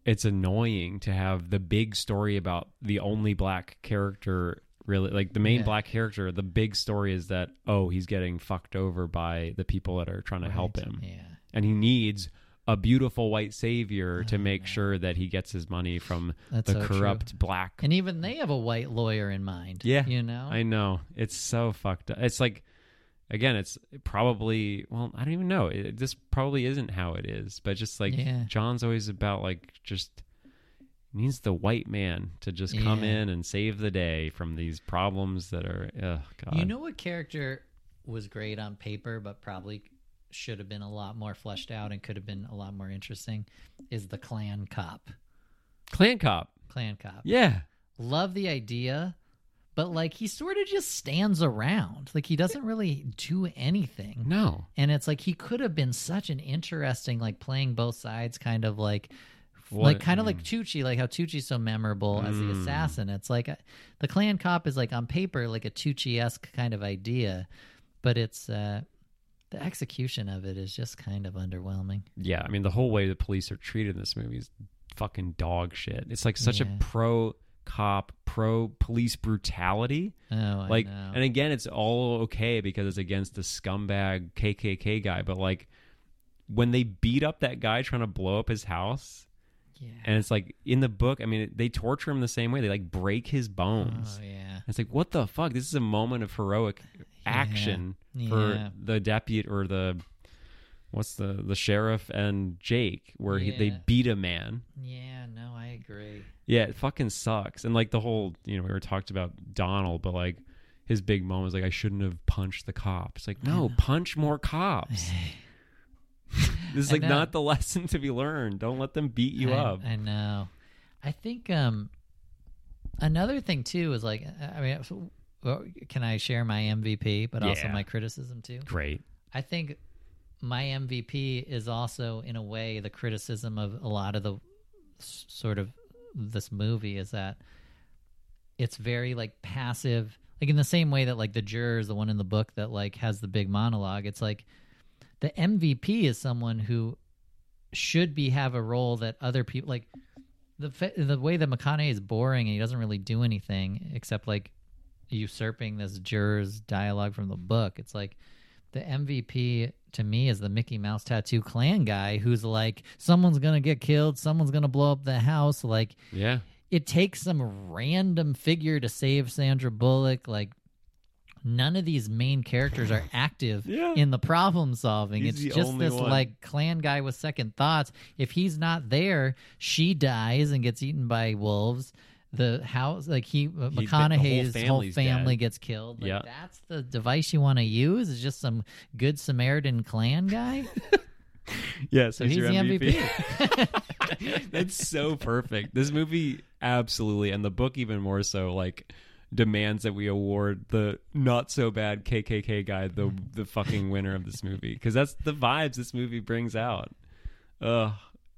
[SPEAKER 1] it's annoying to have the big story about the only black character really like the main
[SPEAKER 2] Yeah.
[SPEAKER 1] black character, the big story is that oh, he's getting fucked over by the people that are trying to help
[SPEAKER 2] Right.
[SPEAKER 1] him.
[SPEAKER 2] Yeah.
[SPEAKER 1] And he needs a beautiful white savior to
[SPEAKER 2] Oh,
[SPEAKER 1] make
[SPEAKER 2] man.
[SPEAKER 1] sure that he gets his money from
[SPEAKER 2] That's
[SPEAKER 1] the
[SPEAKER 2] so true.
[SPEAKER 1] corrupt black
[SPEAKER 2] And even they have a white lawyer in mind.
[SPEAKER 1] Yeah,
[SPEAKER 2] You know?
[SPEAKER 1] I know. It's so fucked up. It's like, again, it's probably, well, I don't even know. It, this probably isn't how it is, but just like,
[SPEAKER 2] Yeah.
[SPEAKER 1] John's always about like, just needs the white man to just come
[SPEAKER 2] Yeah.
[SPEAKER 1] in and save the day from these problems that are, ugh, God.
[SPEAKER 2] You know what character was great on paper, but probably should have been a lot more fleshed out and could have been a lot more interesting is the Klan cop.
[SPEAKER 1] Clan Cop.
[SPEAKER 2] Klan cop.
[SPEAKER 1] Yeah.
[SPEAKER 2] Love the idea, but like he sort of just stands around. Like he doesn't really do anything.
[SPEAKER 1] No.
[SPEAKER 2] And it's like he could have been such an interesting, like playing both sides kind of like
[SPEAKER 1] What-
[SPEAKER 2] like kind of like Tucci, like how Tucci's so memorable as the
[SPEAKER 1] Mm.
[SPEAKER 2] assassin. It's like uh, the Klan cop is like on paper like a Tucci esque kind of idea, but it's uh, the execution of it is just kind of underwhelming.
[SPEAKER 1] Yeah. I mean, the whole way the police are treated in this movie is fucking dog shit. It's like such
[SPEAKER 2] Yeah.
[SPEAKER 1] a pro cop, pro police brutality.
[SPEAKER 2] Oh, I
[SPEAKER 1] like
[SPEAKER 2] know.
[SPEAKER 1] and again it's all okay because it's against the scumbag kkk guy but like when they beat up that guy trying to blow up his house
[SPEAKER 2] yeah.
[SPEAKER 1] and it's like in the book i mean they torture him the same way they like break his bones
[SPEAKER 2] oh yeah,
[SPEAKER 1] it's like what the fuck this is a moment of heroic action
[SPEAKER 2] Yeah.
[SPEAKER 1] for the deputy or the what's the the sheriff and jake where he, they
[SPEAKER 2] Yeah.
[SPEAKER 1] beat a man
[SPEAKER 2] yeah. No, I agree.
[SPEAKER 1] yeah, it fucking sucks. And like the whole, you know, we were talked about Donald, but like his big moment was like, I shouldn't have punched the cops. Like, no, punch more
[SPEAKER 2] [SIGHS]
[SPEAKER 1] cops. [LAUGHS] this is
[SPEAKER 2] I
[SPEAKER 1] like
[SPEAKER 2] know.
[SPEAKER 1] not the [LAUGHS] lesson to be learned. Don't let them beat you
[SPEAKER 2] I,
[SPEAKER 1] up.
[SPEAKER 2] I know. I think um, another thing too is like I mean, so- well, can I share my MVP, but also
[SPEAKER 1] Yeah.
[SPEAKER 2] my criticism too? [LAUGHS]
[SPEAKER 1] Great.
[SPEAKER 2] I think my MVP is also in a way the criticism of a lot of the s- sort of this movie is that it's very like passive like in the same way that like the juror is the one in the book that like has the big monologue it's like the MVP is someone who should be have a role that other people like the fa- the way that McConaughey is boring and he doesn't really do anything except like usurping this juror's dialogue from the book it's like the MVP to me is the Mickey Mouse tattoo clan guy who's like, someone's gonna get killed, someone's gonna blow up the house. Like,
[SPEAKER 1] Yeah.
[SPEAKER 2] it takes some random figure to save Sandra Bullock. Like, none of these main characters are
[SPEAKER 1] [LAUGHS]
[SPEAKER 2] active
[SPEAKER 1] Yeah.
[SPEAKER 2] in the problem solving.
[SPEAKER 1] He's the
[SPEAKER 2] it's just
[SPEAKER 1] only
[SPEAKER 2] this
[SPEAKER 1] one.
[SPEAKER 2] like clan guy with second thoughts. If he's not there, she dies and gets eaten by wolves. The house, like he,
[SPEAKER 1] whole
[SPEAKER 2] McConaughey's whole,
[SPEAKER 1] family's
[SPEAKER 2] family
[SPEAKER 1] dead.
[SPEAKER 2] gets killed. Like,
[SPEAKER 1] Yeah.
[SPEAKER 2] that's the device you want to use. Is just some good Samaritan
[SPEAKER 1] [LAUGHS]
[SPEAKER 2] clan guy.
[SPEAKER 1] Yeah.
[SPEAKER 2] So he's the
[SPEAKER 1] [LAUGHS]
[SPEAKER 2] MVP.
[SPEAKER 1] That's so perfect. This movie absolutely, and the book even more so, like demands that we award the not so bad KKK guy the the fucking winner of this movie because that's the vibes this movie brings out. Ugh,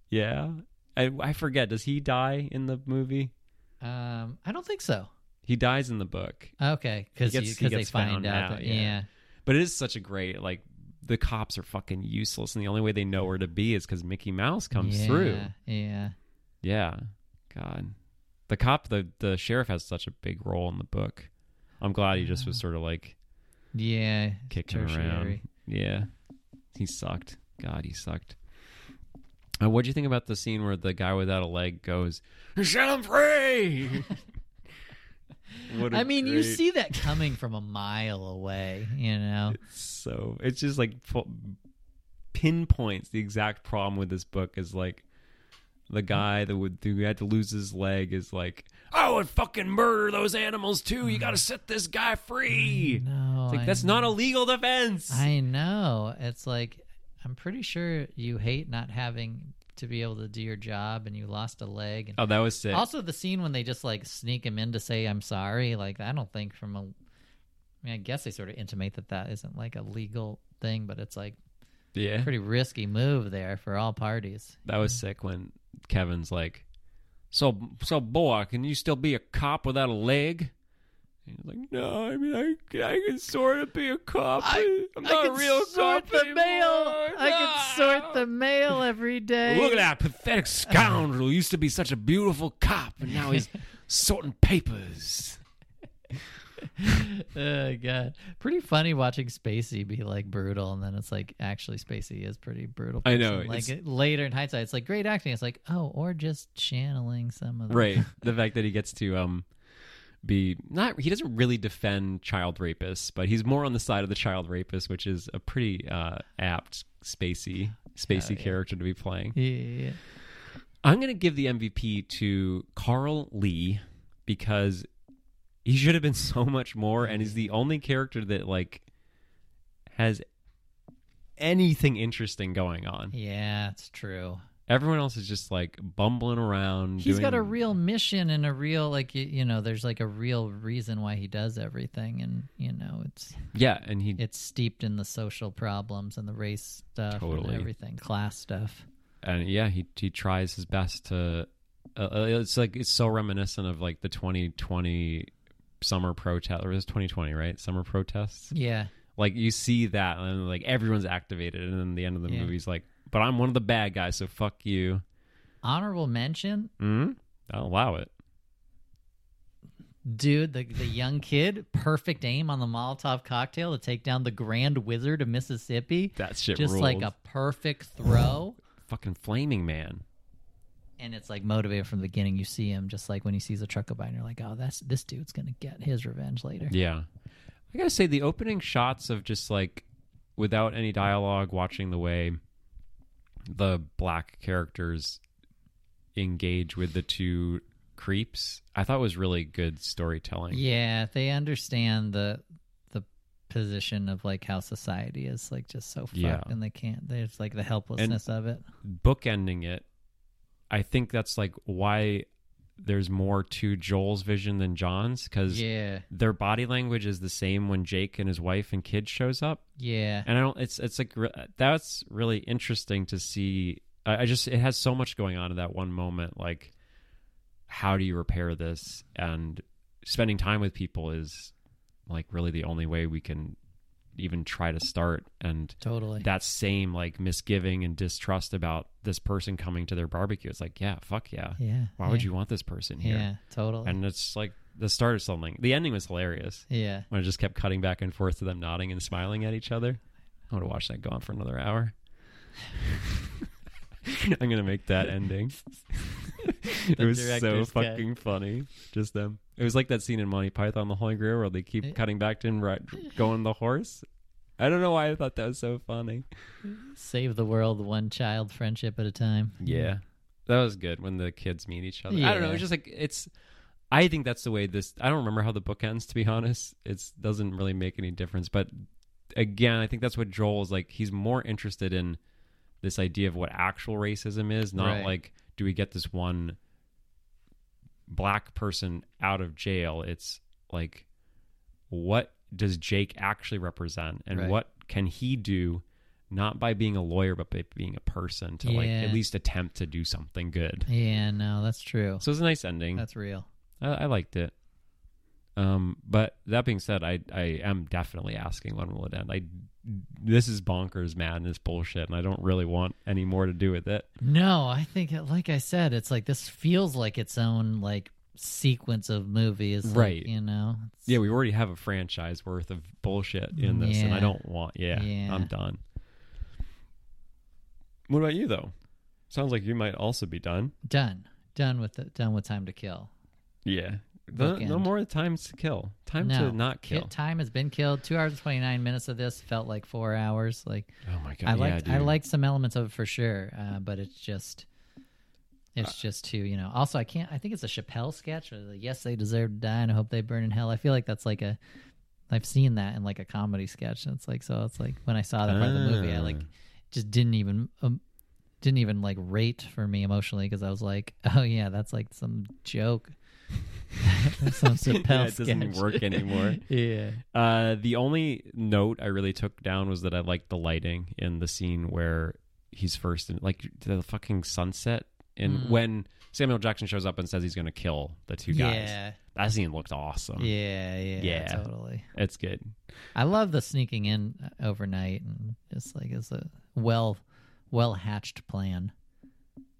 [SPEAKER 1] yeah. I, I forget. Does he die in the movie?
[SPEAKER 2] [LAUGHS] um, I don't think so.
[SPEAKER 1] He dies in the book,
[SPEAKER 2] Okay, because
[SPEAKER 1] He gets- he
[SPEAKER 2] they
[SPEAKER 1] gets
[SPEAKER 2] find
[SPEAKER 1] found
[SPEAKER 2] out.
[SPEAKER 1] out,
[SPEAKER 2] that,
[SPEAKER 1] yeah.
[SPEAKER 2] yeah.
[SPEAKER 1] but it is such a great like. The cops are fucking useless, and the only way they know where to be is because Mickey Mouse comes
[SPEAKER 2] yeah,
[SPEAKER 1] through.
[SPEAKER 2] Yeah.
[SPEAKER 1] Yeah. God. The cop the the sheriff has such a big role in the book. I'm glad he just was sort of like
[SPEAKER 2] Yeah.
[SPEAKER 1] kicked him around.
[SPEAKER 2] tertiary.
[SPEAKER 1] Yeah. He sucked. God, he sucked. Uh, what'd you think about the scene where the guy without a leg goes, Set him
[SPEAKER 2] [LAUGHS]
[SPEAKER 1] free? What a
[SPEAKER 2] I mean, you
[SPEAKER 1] great-
[SPEAKER 2] see that coming from a mile away,
[SPEAKER 1] [LAUGHS]
[SPEAKER 2] you know?
[SPEAKER 1] It's so it's just like fu- pinpoints the exact problem with this book is like the guy that would who had to lose his leg is like I would fucking murder those animals too. You got to set this guy free.
[SPEAKER 2] No.
[SPEAKER 1] It's like
[SPEAKER 2] I
[SPEAKER 1] that's
[SPEAKER 2] know.
[SPEAKER 1] not a legal defense.
[SPEAKER 2] I know. It's like, I'm pretty sure you hate not having to be able to do your job and you lost a leg. And
[SPEAKER 1] oh, that was sick.
[SPEAKER 2] Also, the scene when they just like sneak him in to say, I'm sorry, like, I don't think from a. I mean, I guess they sort of intimate that that isn't like a legal thing, but it's like
[SPEAKER 1] Yeah.
[SPEAKER 2] pretty risky move there for all parties.
[SPEAKER 1] That was sick when Kevin's like, "So, so boy, can you still be a cop without a leg?" And he's like, "No, I mean, I, I can sort of be a cop. I, am
[SPEAKER 2] Oh,
[SPEAKER 1] not a real
[SPEAKER 2] sort
[SPEAKER 1] cop
[SPEAKER 2] the
[SPEAKER 1] anymore.
[SPEAKER 2] mail. I
[SPEAKER 1] Ah!"
[SPEAKER 2] can sort the mail every day. [LAUGHS]
[SPEAKER 1] Look at that pathetic scoundrel who used to be such a beautiful cop, and now
[SPEAKER 2] [LAUGHS]
[SPEAKER 1] he's sorting papers.
[SPEAKER 2] oh god, pretty funny watching Spacey be like brutal, and then it's like actually Spacey is pretty brutal.
[SPEAKER 1] I know,
[SPEAKER 2] person. Like
[SPEAKER 1] it's-
[SPEAKER 2] later in hindsight, it's like great acting. It's like oh, or just channeling some of the
[SPEAKER 1] Right. the fact that he gets to um be not he doesn't really defend child rapists, but he's more on the side of the child rapist, which is a pretty uh apt spacey spacey character to be playing.
[SPEAKER 2] [LAUGHS] Yeah, yeah, yeah.
[SPEAKER 1] I'm gonna give the MVP to Carl Lee because he should have been [LAUGHS] so much more and he's the only character that like has anything interesting going on.
[SPEAKER 2] Yeah, it's true.
[SPEAKER 1] Everyone else is just like bumbling around.
[SPEAKER 2] He's got a
[SPEAKER 1] doing-
[SPEAKER 2] real mission and a real like you, you know. There's like a real reason why he does everything, and you know it's
[SPEAKER 1] Yeah, and he
[SPEAKER 2] it's steeped in the social problems and the race stuff,
[SPEAKER 1] Totally.
[SPEAKER 2] and everything, class stuff.
[SPEAKER 1] and yeah, he he tries his best to. Uh, uh, it's like it's so reminiscent of like the 2020 summer protest, or it was 2020, right? Summer protests.
[SPEAKER 2] Yeah,
[SPEAKER 1] Like you see that, and then, like everyone's activated, and then the end of the
[SPEAKER 2] Yeah.
[SPEAKER 1] movie's like, "But I'm one of the bad guys, so fuck you."
[SPEAKER 2] honorable mention
[SPEAKER 1] Mm? I'll allow it.
[SPEAKER 2] Dude, the, the young kid, perfect aim on the Molotov cocktail to take down the Grand Wizard of Mississippi.
[SPEAKER 1] That shit
[SPEAKER 2] Just
[SPEAKER 1] ruled.
[SPEAKER 2] like a perfect throw.
[SPEAKER 1] fucking flaming man.
[SPEAKER 2] and it's like motivated from the beginning. You see him just like when he sees a truckabine, you're like, oh, that's this dude's going to get his revenge later.
[SPEAKER 1] Yeah, I gotta say the opening shots of just like without any dialogue, watching the way the black characters engage with the two creeps, I thought was really good storytelling.
[SPEAKER 2] Yeah, they understand the the position of like how society is like just so fucked
[SPEAKER 1] Yeah.
[SPEAKER 2] and they can't there's like the helplessness of it.
[SPEAKER 1] Bookending it, I think that's like why there's more to Joel's vision than John's because
[SPEAKER 2] Yeah.
[SPEAKER 1] their body language is the same when Jake and his wife and kid shows up.
[SPEAKER 2] Yeah.
[SPEAKER 1] and I don't. It's it's like re- that's really interesting to see. I, I just it has so much going on in that one moment. Like, how do you repair this? And spending time with people is like really the only way we can even try to start. And
[SPEAKER 2] Totally.
[SPEAKER 1] that same like misgiving and distrust about this person coming to their barbecue. It's like, yeah, fuck yeah.
[SPEAKER 2] yeah.
[SPEAKER 1] Why would
[SPEAKER 2] yeah.
[SPEAKER 1] you want this person here?
[SPEAKER 2] Yeah, totally.
[SPEAKER 1] And it's like the start of something. The ending was hilarious
[SPEAKER 2] yeah.
[SPEAKER 1] when I just kept cutting back and forth to them nodding and smiling at each other. I would have watched that go on for another hour. [LAUGHS] I'm gonna make that ending. it
[SPEAKER 2] [LAUGHS] The
[SPEAKER 1] was so
[SPEAKER 2] director's cut.
[SPEAKER 1] fucking funny. Just them. It was like that scene in Monty Python: The Holy Grail where they keep
[SPEAKER 2] Yeah.
[SPEAKER 1] cutting back to him ri- going the horse. I don't know why I thought that was so funny.
[SPEAKER 2] Save the world one child friendship at a time.
[SPEAKER 1] Yeah, that was good when the kids meet each other. I don't know.
[SPEAKER 2] Mm-hmm. Yeah.
[SPEAKER 1] It's just like it's. I think that's the way this. I don't remember how the book ends. To be honest, it doesn't really make any difference. But again, I think that's what Joel is like. He's more interested in this idea of what actual racism is, not
[SPEAKER 2] Right.
[SPEAKER 1] like do we get this one black person out of jail. It's like what does Jake actually represent, and
[SPEAKER 2] Right.
[SPEAKER 1] what can he do? Not by being a lawyer, but by being a person to like
[SPEAKER 2] Yeah.
[SPEAKER 1] at least attempt to do something good.
[SPEAKER 2] Yeah, no, that's true.
[SPEAKER 1] So it was a nice ending.
[SPEAKER 2] That's real.
[SPEAKER 1] I, I liked it. Um, but that being said, I I am definitely asking when will it end. I this is bonkers madness bullshit, and I don't really want any more to do with it.
[SPEAKER 2] No, I think, like I said, it's like this feels like its own like sequence of movies, like,
[SPEAKER 1] Right.
[SPEAKER 2] you know? It's-
[SPEAKER 1] Yeah, we already have a franchise worth of bullshit in this, and I
[SPEAKER 2] Yeah.
[SPEAKER 1] don't want. Yeah,
[SPEAKER 2] Yeah.
[SPEAKER 1] I'm done. What about you though? Sounds like you might also be done.
[SPEAKER 2] done, done with the, done with Time to Kill.
[SPEAKER 1] Yeah. No, no
[SPEAKER 2] Bookend.
[SPEAKER 1] more times to kill. Time
[SPEAKER 2] no,
[SPEAKER 1] to not
[SPEAKER 2] Ki-
[SPEAKER 1] kill.
[SPEAKER 2] Time has been killed. Two hours and twenty nine minutes of this felt like four hours. Like
[SPEAKER 1] Oh my god!
[SPEAKER 2] I
[SPEAKER 1] yeah,
[SPEAKER 2] liked, I
[SPEAKER 1] dude.
[SPEAKER 2] liked some elements of it for sure, uh, but it's just. It's just too, you know. Also, I can't. I think it's a Chappelle sketch. Or the, yes, they deserve to die, and I hope they burn in hell. I feel like that's like a. I've seen that in like a comedy sketch, and it's like so. It's like when I saw that part of the movie, I like
[SPEAKER 1] Ah.
[SPEAKER 2] just didn't even um, [LAUGHS] didn't even like rate for me emotionally because I was like, oh yeah, that's like some joke. [LAUGHS] Some
[SPEAKER 1] [LAUGHS]
[SPEAKER 2] Chappelle
[SPEAKER 1] yeah, it doesn't
[SPEAKER 2] sketch.
[SPEAKER 1] work
[SPEAKER 2] [LAUGHS]
[SPEAKER 1] anymore.
[SPEAKER 2] yeah.
[SPEAKER 1] Uh, the only note I really took down was that I liked the lighting in the scene where he's first in, like the fucking sunset, and
[SPEAKER 2] Mm.
[SPEAKER 1] when Samuel Jackson shows up and says he's gonna kill the two guys.
[SPEAKER 2] Yeah.
[SPEAKER 1] That scene looked awesome.
[SPEAKER 2] Yeah. Yeah.
[SPEAKER 1] Yeah.
[SPEAKER 2] Totally.
[SPEAKER 1] It's good.
[SPEAKER 2] I love the sneaking in uh, overnight and just like it's a well, well hatched plan.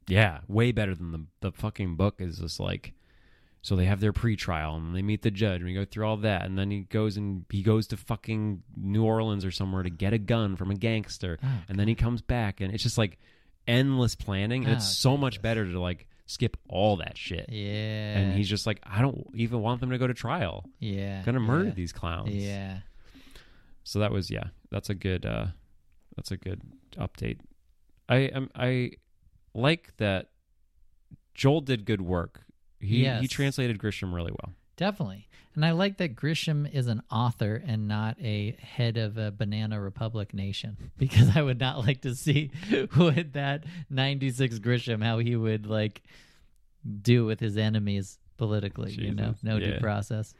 [SPEAKER 1] Yeah, way better than the the fucking book is just like so they have their pretrial and they meet the judge and we go through all that and then he goes and he goes to fucking New Orleans or somewhere to get a gun from a gangster
[SPEAKER 2] Oh,
[SPEAKER 1] and then he comes back and it's just like endless planning and it's
[SPEAKER 2] Oh,
[SPEAKER 1] so much
[SPEAKER 2] Jesus.
[SPEAKER 1] better to like skip all that shit.
[SPEAKER 2] Yeah.
[SPEAKER 1] And he's just like I don't even want them to go to trial.
[SPEAKER 2] yeah
[SPEAKER 1] Gonna murder
[SPEAKER 2] yeah,
[SPEAKER 1] these clowns.
[SPEAKER 2] Yeah.
[SPEAKER 1] So that was yeah. That's a good uh that's a good update. I am I like that Joel did good work. He he
[SPEAKER 2] Yes.
[SPEAKER 1] translated Grisham really well.
[SPEAKER 2] Definitely. And I like that Grisham is an author and not a head of a banana republic nation [LAUGHS] because I would not like to see [LAUGHS] what that 96 Grisham, how he would like do with his enemies politically, you know,
[SPEAKER 1] Jesus.
[SPEAKER 2] no
[SPEAKER 1] Yeah.
[SPEAKER 2] due process.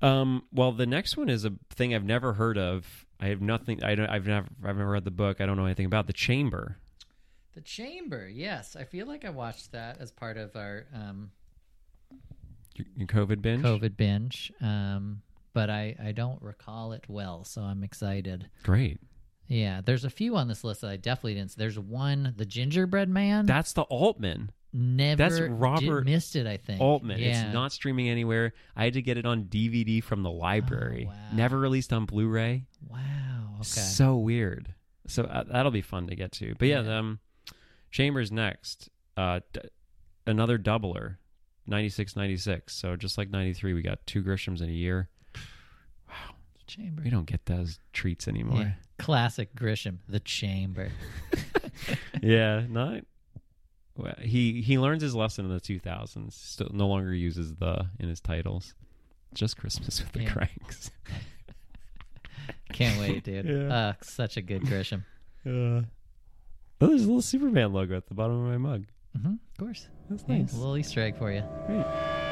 [SPEAKER 1] Um well the next one is a thing I've never heard of. I have nothing I don't I've never I've never read the book. I don't know anything about The Chamber.
[SPEAKER 2] The Chamber. Yes. I feel like I watched that as part of our um,
[SPEAKER 1] Your, your COVID binge?
[SPEAKER 2] COVID binge. Um, but I, I don't recall it well, so I'm excited.
[SPEAKER 1] Great.
[SPEAKER 2] Yeah, there's a few on this list that I definitely didn't. There's one, the Gingerbread Man.
[SPEAKER 1] That's the Altman.
[SPEAKER 2] never
[SPEAKER 1] That's
[SPEAKER 2] did-
[SPEAKER 1] Robert
[SPEAKER 2] missed it. I think
[SPEAKER 1] Altman.
[SPEAKER 2] Yeah.
[SPEAKER 1] It's not streaming anywhere. I had to get it on DVD from the library.
[SPEAKER 2] Oh, wow.
[SPEAKER 1] Never released on Blu-ray.
[SPEAKER 2] Wow. Okay.
[SPEAKER 1] So weird. So uh, that'll be fun to get to. But yeah,
[SPEAKER 2] Yeah.
[SPEAKER 1] um, Chambers next. Uh, d- another doubler, 96 96. So just like 93, we got two Grishams in a year.
[SPEAKER 2] chamber.
[SPEAKER 1] We don't get those treats
[SPEAKER 2] Yeah.
[SPEAKER 1] anymore.
[SPEAKER 2] Classic Grisham. The chamber.
[SPEAKER 1] [LAUGHS] Yeah, not. Well, he he learns his lesson in the 2000s. Still no longer uses the in his titles. Just Christmas with the
[SPEAKER 2] Yeah.
[SPEAKER 1] cranks.
[SPEAKER 2] Can't wait, dude.
[SPEAKER 1] Yeah.
[SPEAKER 2] Uh, such a good Grisham.
[SPEAKER 1] Uh, oh, there's a little Superman logo at the bottom of my mug.
[SPEAKER 2] hmm Of course.
[SPEAKER 1] That's
[SPEAKER 2] Yeah,
[SPEAKER 1] nice.
[SPEAKER 2] a little Easter egg for you.
[SPEAKER 1] Great.